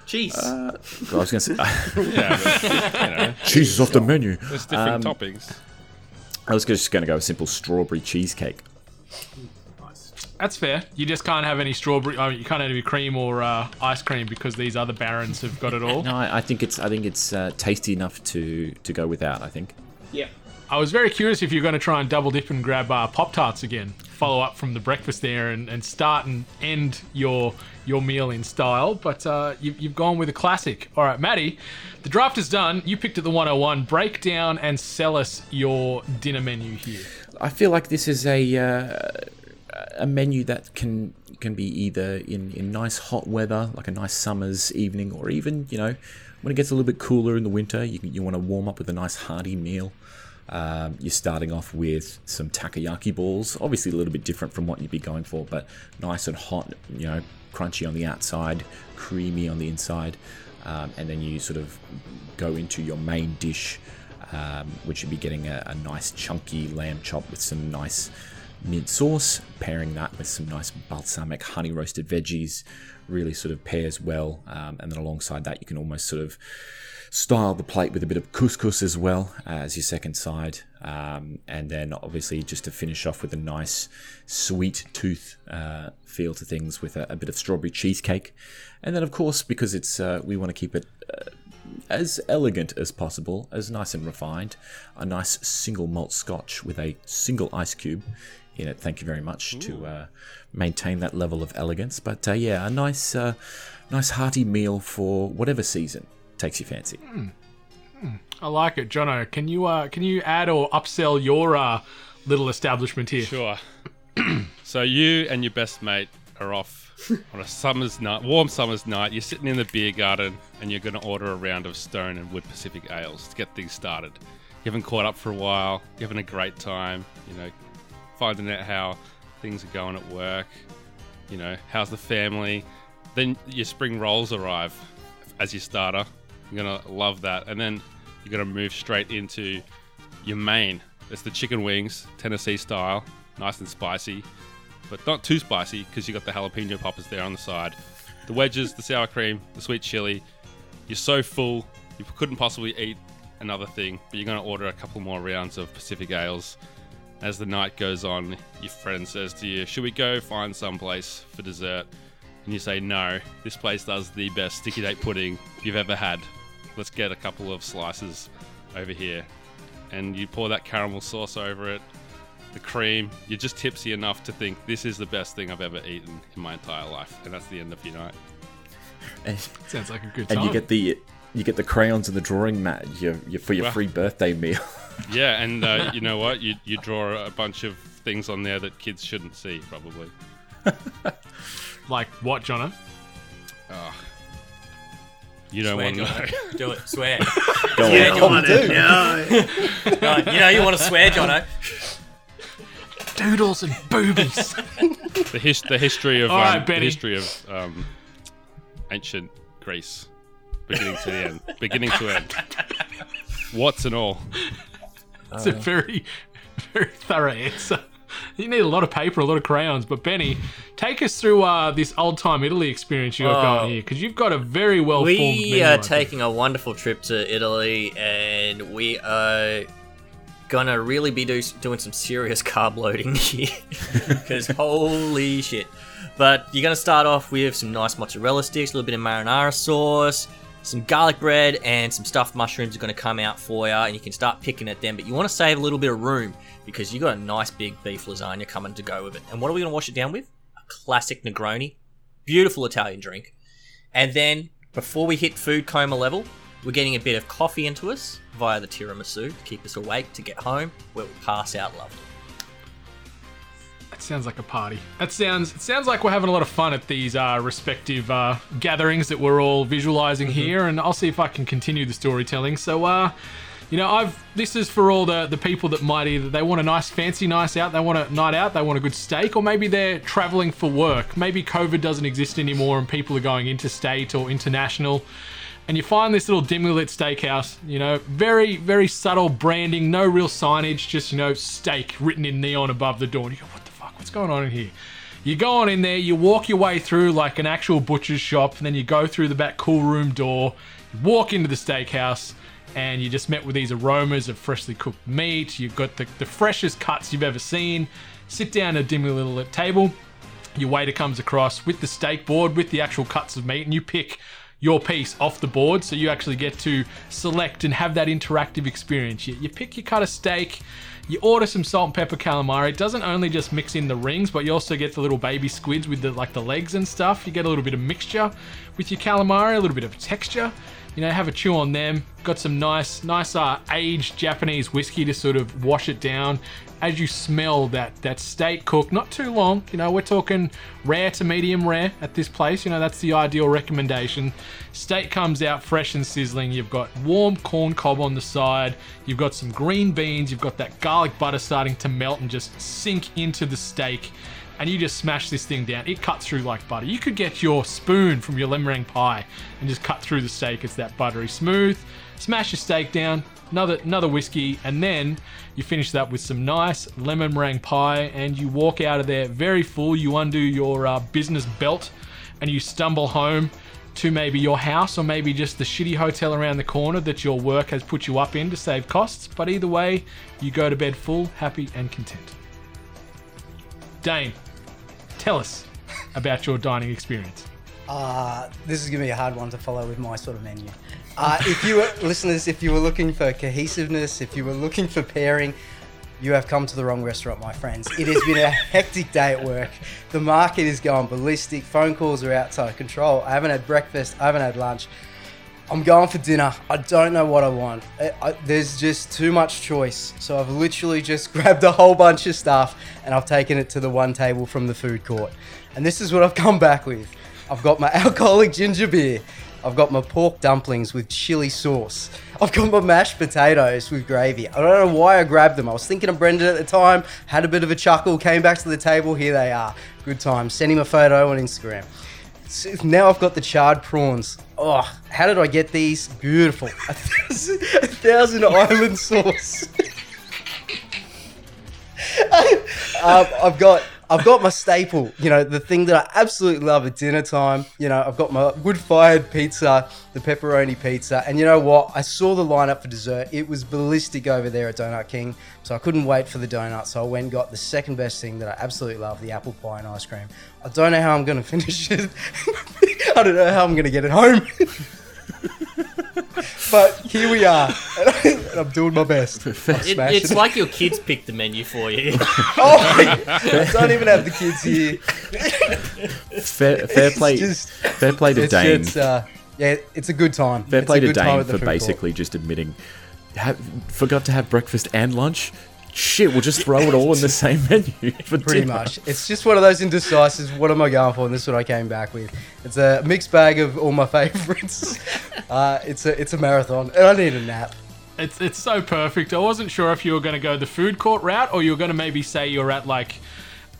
[SPEAKER 6] Cheese.
[SPEAKER 4] I was gonna say
[SPEAKER 5] Yeah, but, you know,
[SPEAKER 4] cheese is off the menu.
[SPEAKER 5] there's different toppings.
[SPEAKER 4] I was just gonna go a simple strawberry cheesecake.
[SPEAKER 3] That's fair. You just can't have any strawberry. I mean, you can't have any cream or uh, ice cream because these other barons have got it all.
[SPEAKER 4] No, I, I think it's I think it's uh, tasty enough to to go without. I think.
[SPEAKER 6] yeah.
[SPEAKER 3] I was very curious if you're going to try and double dip and grab uh, Pop Tarts again. Follow up from the breakfast there and, and start and end your your meal in style, but uh, you've, you've gone with a classic. All right, Maddie, the draft is done. You picked at the 101. Break down and sell us your dinner menu here.
[SPEAKER 4] I feel like this is a uh, a menu that can can be either in, in nice hot weather, like a nice summer's evening, or even you know when it gets a little bit cooler in the winter, you can, you want to warm up with a nice hearty meal. Um, you're starting off with some takoyaki balls, obviously a little bit different from what you'd be going for, but nice and hot, you know, crunchy on the outside, creamy on the inside, um, and then you sort of go into your main dish um, which would be getting a, a nice chunky lamb chop with some nice mint sauce, pairing that with some nice balsamic honey roasted veggies. Really sort of pairs well. Um, and then alongside that, you can almost sort of style the plate with a bit of couscous as well uh, as your second side. Um, and then obviously just to finish off with a nice sweet tooth uh, feel to things with a, a bit of strawberry cheesecake. And then of course, because it's uh, we want to keep it as elegant as possible, as nice and refined. A nice single malt scotch with a single ice cube in it. Thank you very much to uh, maintain that level of elegance. But uh, yeah, a nice, uh, nice hearty meal for whatever season takes your fancy.
[SPEAKER 3] I like it, Jono. Can you uh, can you add or upsell your uh, little establishment here?
[SPEAKER 5] Sure. so you and your best mate are off on a summer's night, warm summer's night. You're sitting in the beer garden and you're going to order a round of Stone and Wood Pacific ales to get things started. You haven't caught up for a while. You're having a great time. You know, finding out how things are going at work. You know, how's the family? Then your spring rolls arrive as your starter. You're going to love that. And then you're going to move straight into your main. It's the chicken wings, Tennessee style, nice and spicy, but not too spicy because you got the jalapeno poppers there on the side. The wedges, the sour cream, the sweet chili. You're so full, you couldn't possibly eat another thing, but you're going to order a couple more rounds of Pacific Ales. As the night goes on, your friend says to you, Should we go find someplace for dessert? And you say, No, this place does the best sticky date pudding you've ever had. Let's get a couple of slices over here and you pour that caramel sauce over it, the cream. You're just tipsy enough to think this is the best thing I've ever eaten in my entire life, and that's the end of your night.
[SPEAKER 4] And,
[SPEAKER 3] Sounds like a good time.
[SPEAKER 4] and you get the you get the crayons and the drawing mat your, your, for your
[SPEAKER 5] Wow.
[SPEAKER 4] free birthday meal.
[SPEAKER 5] Yeah, and uh, you know what? You you draw a bunch of things on there that kids shouldn't see, probably.
[SPEAKER 3] like what, Jono? Ah.
[SPEAKER 5] You don't
[SPEAKER 7] Swear,
[SPEAKER 5] want to know.
[SPEAKER 7] Jono. Do it. Swear.
[SPEAKER 4] Go
[SPEAKER 7] yeah,
[SPEAKER 4] on.
[SPEAKER 7] you want to. No. You know you want to swear, Jono.
[SPEAKER 3] Doodles and boobies.
[SPEAKER 5] the, his- the history of um,
[SPEAKER 3] All right,
[SPEAKER 5] the
[SPEAKER 3] Benny.
[SPEAKER 5] history of um, ancient Greece, beginning to the end, beginning to end. What's and all?
[SPEAKER 3] It's
[SPEAKER 7] Uh,
[SPEAKER 3] a very, very thorough answer. You need a lot of paper, a lot of crayons. But Benny, take us through uh, this old time Italy experience you got
[SPEAKER 7] Oh.
[SPEAKER 3] going here, because you've got a very well formed
[SPEAKER 7] We uh,
[SPEAKER 3] menu. I
[SPEAKER 7] are
[SPEAKER 3] think.
[SPEAKER 7] taking a wonderful trip to Italy, and we are gonna really be do- doing some serious carb loading here. Because holy shit! But you're gonna start off with some nice mozzarella sticks, a little bit of marinara sauce, some garlic bread, and some stuffed mushrooms are gonna come out for you, and you can start picking at them. But you want to save a little bit of room because you got a nice big beef lasagna coming to go with it. And what are we gonna wash it down with? A classic Negroni, beautiful Italian drink. And then before we hit food coma level, we're getting a bit of coffee into us via the tiramisu to keep us awake to get home, where we pass out lovely.
[SPEAKER 3] That sounds like a party. That sounds it sounds like we're having a lot of fun at these uh, respective uh, gatherings that we're all visualizing here, and I'll see if I can continue the storytelling. So, uh, you know, I've this is for all the the people that might either they want a nice fancy night out, they want a night out, they want a good steak, or maybe they're traveling for work. Maybe COVID doesn't exist anymore, and people are going interstate or international and you find this little dimly lit steakhouse. You know, very very subtle branding, no real signage, just you know steak written in neon above the door. And you go, what the fuck? What's going on in here? You go on in there, you walk your way through like an actual butcher's shop, and then you go through the back cool room door, you walk into the steakhouse, and you're just met with these aromas of freshly cooked meat. You've got the, the freshest cuts you've ever seen. Sit down at a dimly lit table, your waiter comes across with the steak board with the actual cuts of meat and you pick your piece off the board so you actually get to select and have that interactive experience you, you pick your cut of steak you order some salt and pepper calamari it doesn't only just mix in the rings but you also get the little baby squids with the like the legs and stuff you get a little bit of mixture with your calamari a little bit of texture you know have a chew on them got some nice nice uh, aged japanese whiskey to sort of wash it down as you smell that that steak cook not too long you know we're talking rare to medium rare at this place you know that's the ideal recommendation steak comes out fresh and sizzling you've got warm corn cob on the side you've got some green beans you've got that garlic butter starting to melt and just sink into the steak and you just smash this thing down. It cuts through like butter. You could get your spoon from your lemurang pie and just cut through the steak. It's that buttery smooth. Smash your steak down, another another whiskey, and then you finish that with some nice lemon meringue pie, and you walk out of there very full. You undo your uh, business belt, and you stumble home to maybe your house or maybe just the shitty hotel around the corner that your work has put you up in to save costs. But either way, you go to bed full, happy, and content. Dane, tell us about your dining experience.
[SPEAKER 2] Uh, this is going to be a hard one to follow with my sort of menu. Uh, if you were, listeners, if you were looking for cohesiveness, if you were looking for pairing, you have come to the wrong restaurant, my friends. It has been a hectic day at work. The market is gone ballistic. Phone calls are outside of control. I haven't had breakfast. I haven't had lunch. I'm going for dinner. I don't know what I want. I, I, there's just too much choice. So I've literally just grabbed a whole bunch of stuff and I've taken it to the one table from the food court. And this is what I've come back with I've got my alcoholic ginger beer. I've got my pork dumplings with chili sauce. I've got my mashed potatoes with gravy. I don't know why I grabbed them. I was thinking of Brendan at the time, had a bit of a chuckle, came back to the table. Here they are. Good time. Send him a photo on Instagram. So now I've got the charred prawns. Oh, how did I get these? Beautiful. A thousand, a thousand island sauce. um, I've got I've got my staple, you know, the thing that I absolutely love at dinner time. You know, I've got my wood-fired pizza, the pepperoni pizza, and you know what? I saw the lineup for dessert. It was ballistic over there at Donut King, so I couldn't wait for the donut. So I went and got the second best thing that I absolutely love, the apple pie and ice cream. I don't know how I'm going to finish it. I don't know how I'm going to get it home. but here we are. And I'm doing my best. I'm
[SPEAKER 7] It,
[SPEAKER 2] smashing
[SPEAKER 7] it's
[SPEAKER 2] it.
[SPEAKER 7] like your kids picked the menu for you.
[SPEAKER 2] Oh my, I don't even have the kids here.
[SPEAKER 4] Fair, fair play,
[SPEAKER 2] just-
[SPEAKER 4] fair play to
[SPEAKER 2] It's,
[SPEAKER 4] Dane.
[SPEAKER 2] it's, uh, yeah, it's a good time.
[SPEAKER 4] fair
[SPEAKER 2] It's
[SPEAKER 4] play
[SPEAKER 2] a
[SPEAKER 4] to
[SPEAKER 2] good time
[SPEAKER 4] Dane
[SPEAKER 2] at the
[SPEAKER 4] for
[SPEAKER 2] food court.
[SPEAKER 4] basically just admitting, have, forgot to have breakfast and lunch. Shit, we'll just throw it all in the same menu for
[SPEAKER 2] Pretty
[SPEAKER 4] dinner.
[SPEAKER 2] much. It's just one of those indecisives. What am I going for? And this is what I came back with. It's a mixed bag of all my favourites. Uh, it's a it's a marathon, and I need a nap.
[SPEAKER 3] It's it's so perfect. I wasn't sure if you were going to go the food court route or you were going to maybe say you're at like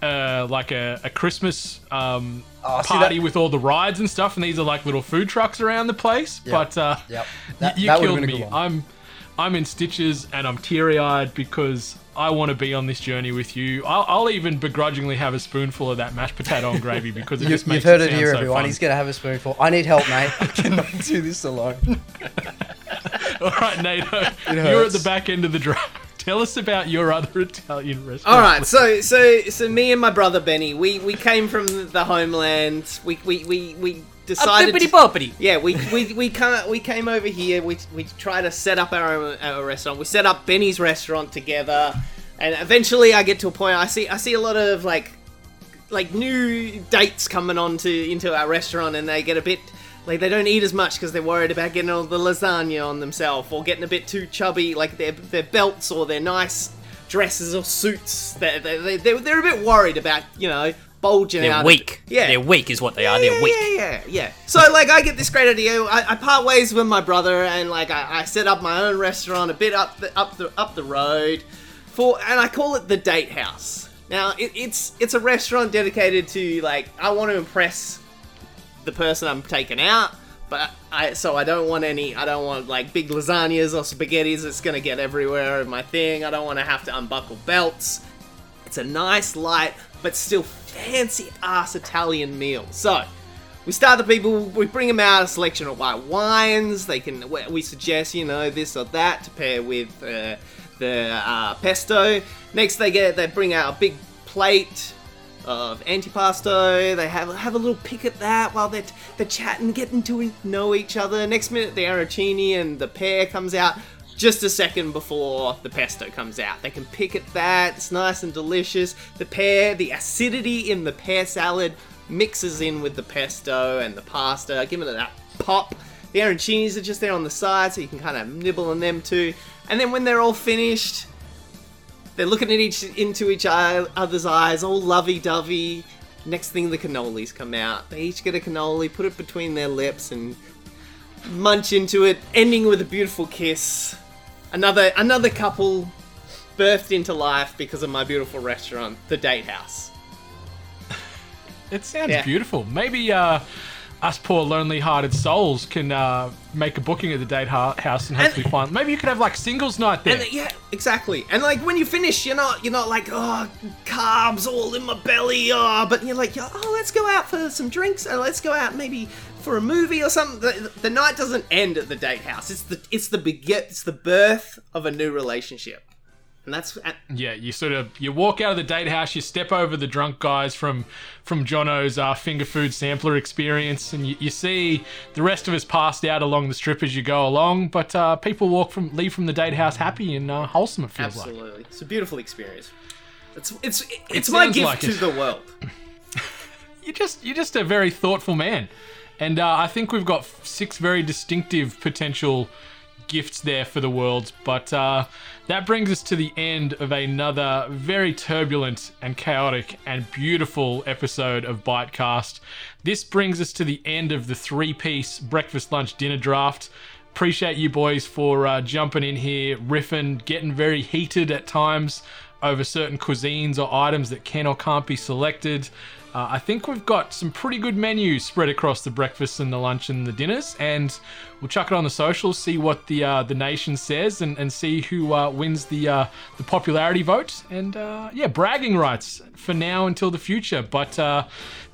[SPEAKER 3] uh like a, a Christmas um
[SPEAKER 2] Oh, see
[SPEAKER 3] party
[SPEAKER 2] that-
[SPEAKER 3] with all the rides and stuff and these are like little food trucks around the place, but uh
[SPEAKER 2] Yep.
[SPEAKER 3] y-
[SPEAKER 2] That-
[SPEAKER 3] you
[SPEAKER 2] that would've
[SPEAKER 3] killed
[SPEAKER 2] been a good
[SPEAKER 3] me.
[SPEAKER 2] one.
[SPEAKER 3] I'm I'm in stitches and I'm teary-eyed because I want to be on this journey with you. I'll, I'll even begrudgingly have a spoonful of that mashed potato and gravy because it
[SPEAKER 2] You,
[SPEAKER 3] just
[SPEAKER 2] have
[SPEAKER 3] makes
[SPEAKER 2] heard
[SPEAKER 3] it,
[SPEAKER 2] it
[SPEAKER 3] sound
[SPEAKER 2] here,
[SPEAKER 3] so
[SPEAKER 2] everyone.
[SPEAKER 3] fun.
[SPEAKER 2] He's gonna have a spoonful. I need help, mate. I cannot do this alone.
[SPEAKER 3] All right, Nato, you're at
[SPEAKER 2] hurts.
[SPEAKER 3] the back end of the draft. Tell us about your other Italian restaurant.
[SPEAKER 6] All right, so so so me and my brother Benny, we we came from the homeland. We we we we decided.
[SPEAKER 7] Bippity
[SPEAKER 6] to-
[SPEAKER 7] boppity.
[SPEAKER 6] yeah, we we we can't. We came over here. We we tried to set up our own our restaurant. We set up Benny's restaurant together, and eventually I get to a point. I see I see a lot of like like new dates coming on to into our restaurant, and they get a bit. Like they don't eat as much because they're worried about getting all the lasagna on themselves, or getting a bit too chubby, like their their belts or their nice dresses or suits. They're, they're, they're, they're a bit worried about, you know, bulging
[SPEAKER 7] They're
[SPEAKER 6] out. a
[SPEAKER 7] weak.
[SPEAKER 6] bit. Yeah.
[SPEAKER 7] They're weak is what they are. They're
[SPEAKER 6] yeah,
[SPEAKER 7] weak.
[SPEAKER 6] Yeah, yeah, yeah. So like, I get this great idea. I, I part ways with my brother, and like, I, I set up my own restaurant a bit up the up the up the road, for and I call it the Date House. Now it, it's it's a restaurant dedicated to like I want to impress the person I'm taking out, but I so I don't want any I don't want like big lasagnas or spaghettis that's gonna get everywhere in my thing. I don't want to have to unbuckle belts. It's a nice light but still fancy ass Italian meal. So we start the people, we bring them out a selection of white wines. They can we- we suggest you know this or that to pair with uh, the uh, pesto. Next, they get they bring out a big plate of antipasto. They have have a little pick at that while they're, they're chatting, getting to e- know each other. Next minute, the arancini and the pear comes out just a second before the pesto comes out. They can pick at that. It's nice and delicious. The pear, the acidity in the pear salad mixes in with the pesto and the pasta, giving it that pop. The arancinis are just there on the side, so you can kind of nibble on them too. And then when they're all finished, they're looking at each into each eye, other's eyes, all lovey-dovey. Next thing, the cannolis come out. They each get a cannoli, put it between their lips, and munch into it, ending with a beautiful kiss. Another another couple birthed into life because of my beautiful restaurant, the Date House.
[SPEAKER 3] It sounds
[SPEAKER 6] Oh, Yeah.
[SPEAKER 3] beautiful. Maybe uh, us poor lonely-hearted souls can uh, make a booking at the date ha- house and hopefully find. Maybe you could have like singles night there.
[SPEAKER 6] And uh, yeah, exactly. And like when you finish, you're not you're not like oh carbs all in my belly, oh, but you're like oh let's go out for some drinks and let's go out maybe for a movie or something. The, the night doesn't end at the date house. It's the it's the beget it's the birth of a new relationship, and that's and-
[SPEAKER 3] Yeah, you sort of you walk out of the date house, you step over the drunk guys from from Jono's uh, finger food sampler experience, and you, you see the rest of us passed out along the strip as you go along. But uh, people walk from leave from the date house happy and uh, wholesome. It feels like.
[SPEAKER 6] Absolutely, it's a beautiful experience. It's it's it's my
[SPEAKER 3] sounds
[SPEAKER 6] gift
[SPEAKER 3] like
[SPEAKER 6] to
[SPEAKER 3] it.
[SPEAKER 6] the world.
[SPEAKER 3] you're just you're just a very thoughtful man, and uh, I think we've got six very distinctive potential gifts there for the world. But uh, that brings us to the end of another very turbulent and chaotic and beautiful episode of Bitecast. This brings us to the end of the three-piece breakfast, lunch, dinner draft. Appreciate you boys for uh, jumping in here, riffing, getting very heated at times over certain cuisines or items that can or can't be selected. Uh, I think we've got some pretty good menus spread across the breakfast and the lunch and the dinners, and we'll chuck it on the socials, see what the uh, the nation says, and, and see who uh, wins the uh, the popularity vote. And uh, yeah, bragging rights for now until the future. But uh,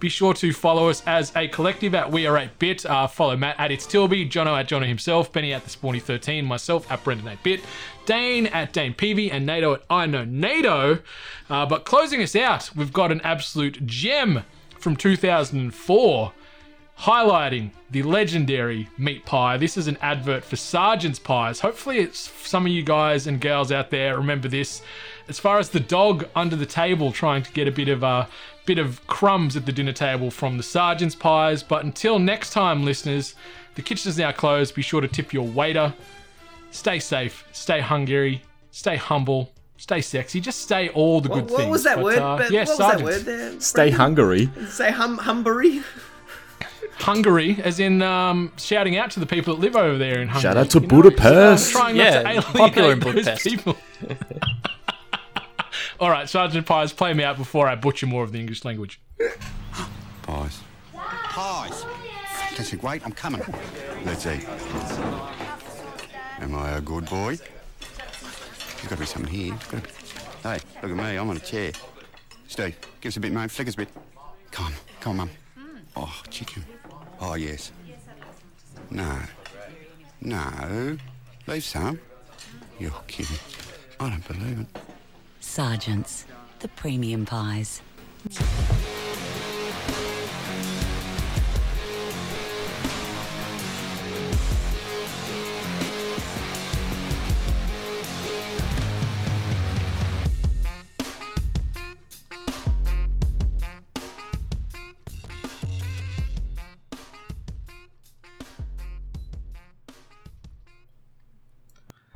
[SPEAKER 3] be sure to follow us as a collective at We Are 8 Bit. Uh, follow Matt at It's Tilby, Jono at Jono himself, Benny at The Spawny 13, myself at Brendan 8 Bit. Dane at Dane Peavy and NATO at I Know NATO. Uh, but closing us out, we've got an absolute gem from 2004 highlighting the legendary meat pie. This is an advert for Sergeant's Pies. Hopefully, it's some of you guys and girls out there remember this. As far as the dog under the table trying to get a bit of a bit of crumbs at the dinner table from the Sergeant's Pies. But until next time, listeners, the kitchen is now closed. Be sure to tip your waiter stay safe, stay hungry, stay humble, stay sexy. Just stay all the
[SPEAKER 6] What,
[SPEAKER 3] good
[SPEAKER 6] what
[SPEAKER 3] things.
[SPEAKER 6] was that
[SPEAKER 3] But,
[SPEAKER 6] word?
[SPEAKER 3] uh,
[SPEAKER 6] Ben?
[SPEAKER 3] yeah,
[SPEAKER 6] what was that
[SPEAKER 3] sergeants.
[SPEAKER 6] word there?
[SPEAKER 4] Stay hungry.
[SPEAKER 6] Say hum humbery.
[SPEAKER 3] Hungary, as in um, shouting out to the people that live over there in Hungary.
[SPEAKER 4] Shout out to
[SPEAKER 3] You know, it's, uh,
[SPEAKER 4] Budapest.
[SPEAKER 3] Trying
[SPEAKER 7] Yeah,
[SPEAKER 3] not to
[SPEAKER 7] popular
[SPEAKER 3] alienate
[SPEAKER 7] in
[SPEAKER 3] those
[SPEAKER 7] Budapest.
[SPEAKER 3] people. all right, Sergeant Pies, play me out before I butcher more of the English language.
[SPEAKER 8] Pies. Pies. Listen, wait, I'm coming. Let's eat. Am I a good boy? There's got to be something here. There's gotta be- Hey, look at me. I'm on a chair. Steve, give us a bit, mate. Flick us a bit. Come on, come on, mum. Oh, chicken. Oh, yes. No. No. Leave some. You're kidding. I don't believe it.
[SPEAKER 9] Sergeants, the premium pies.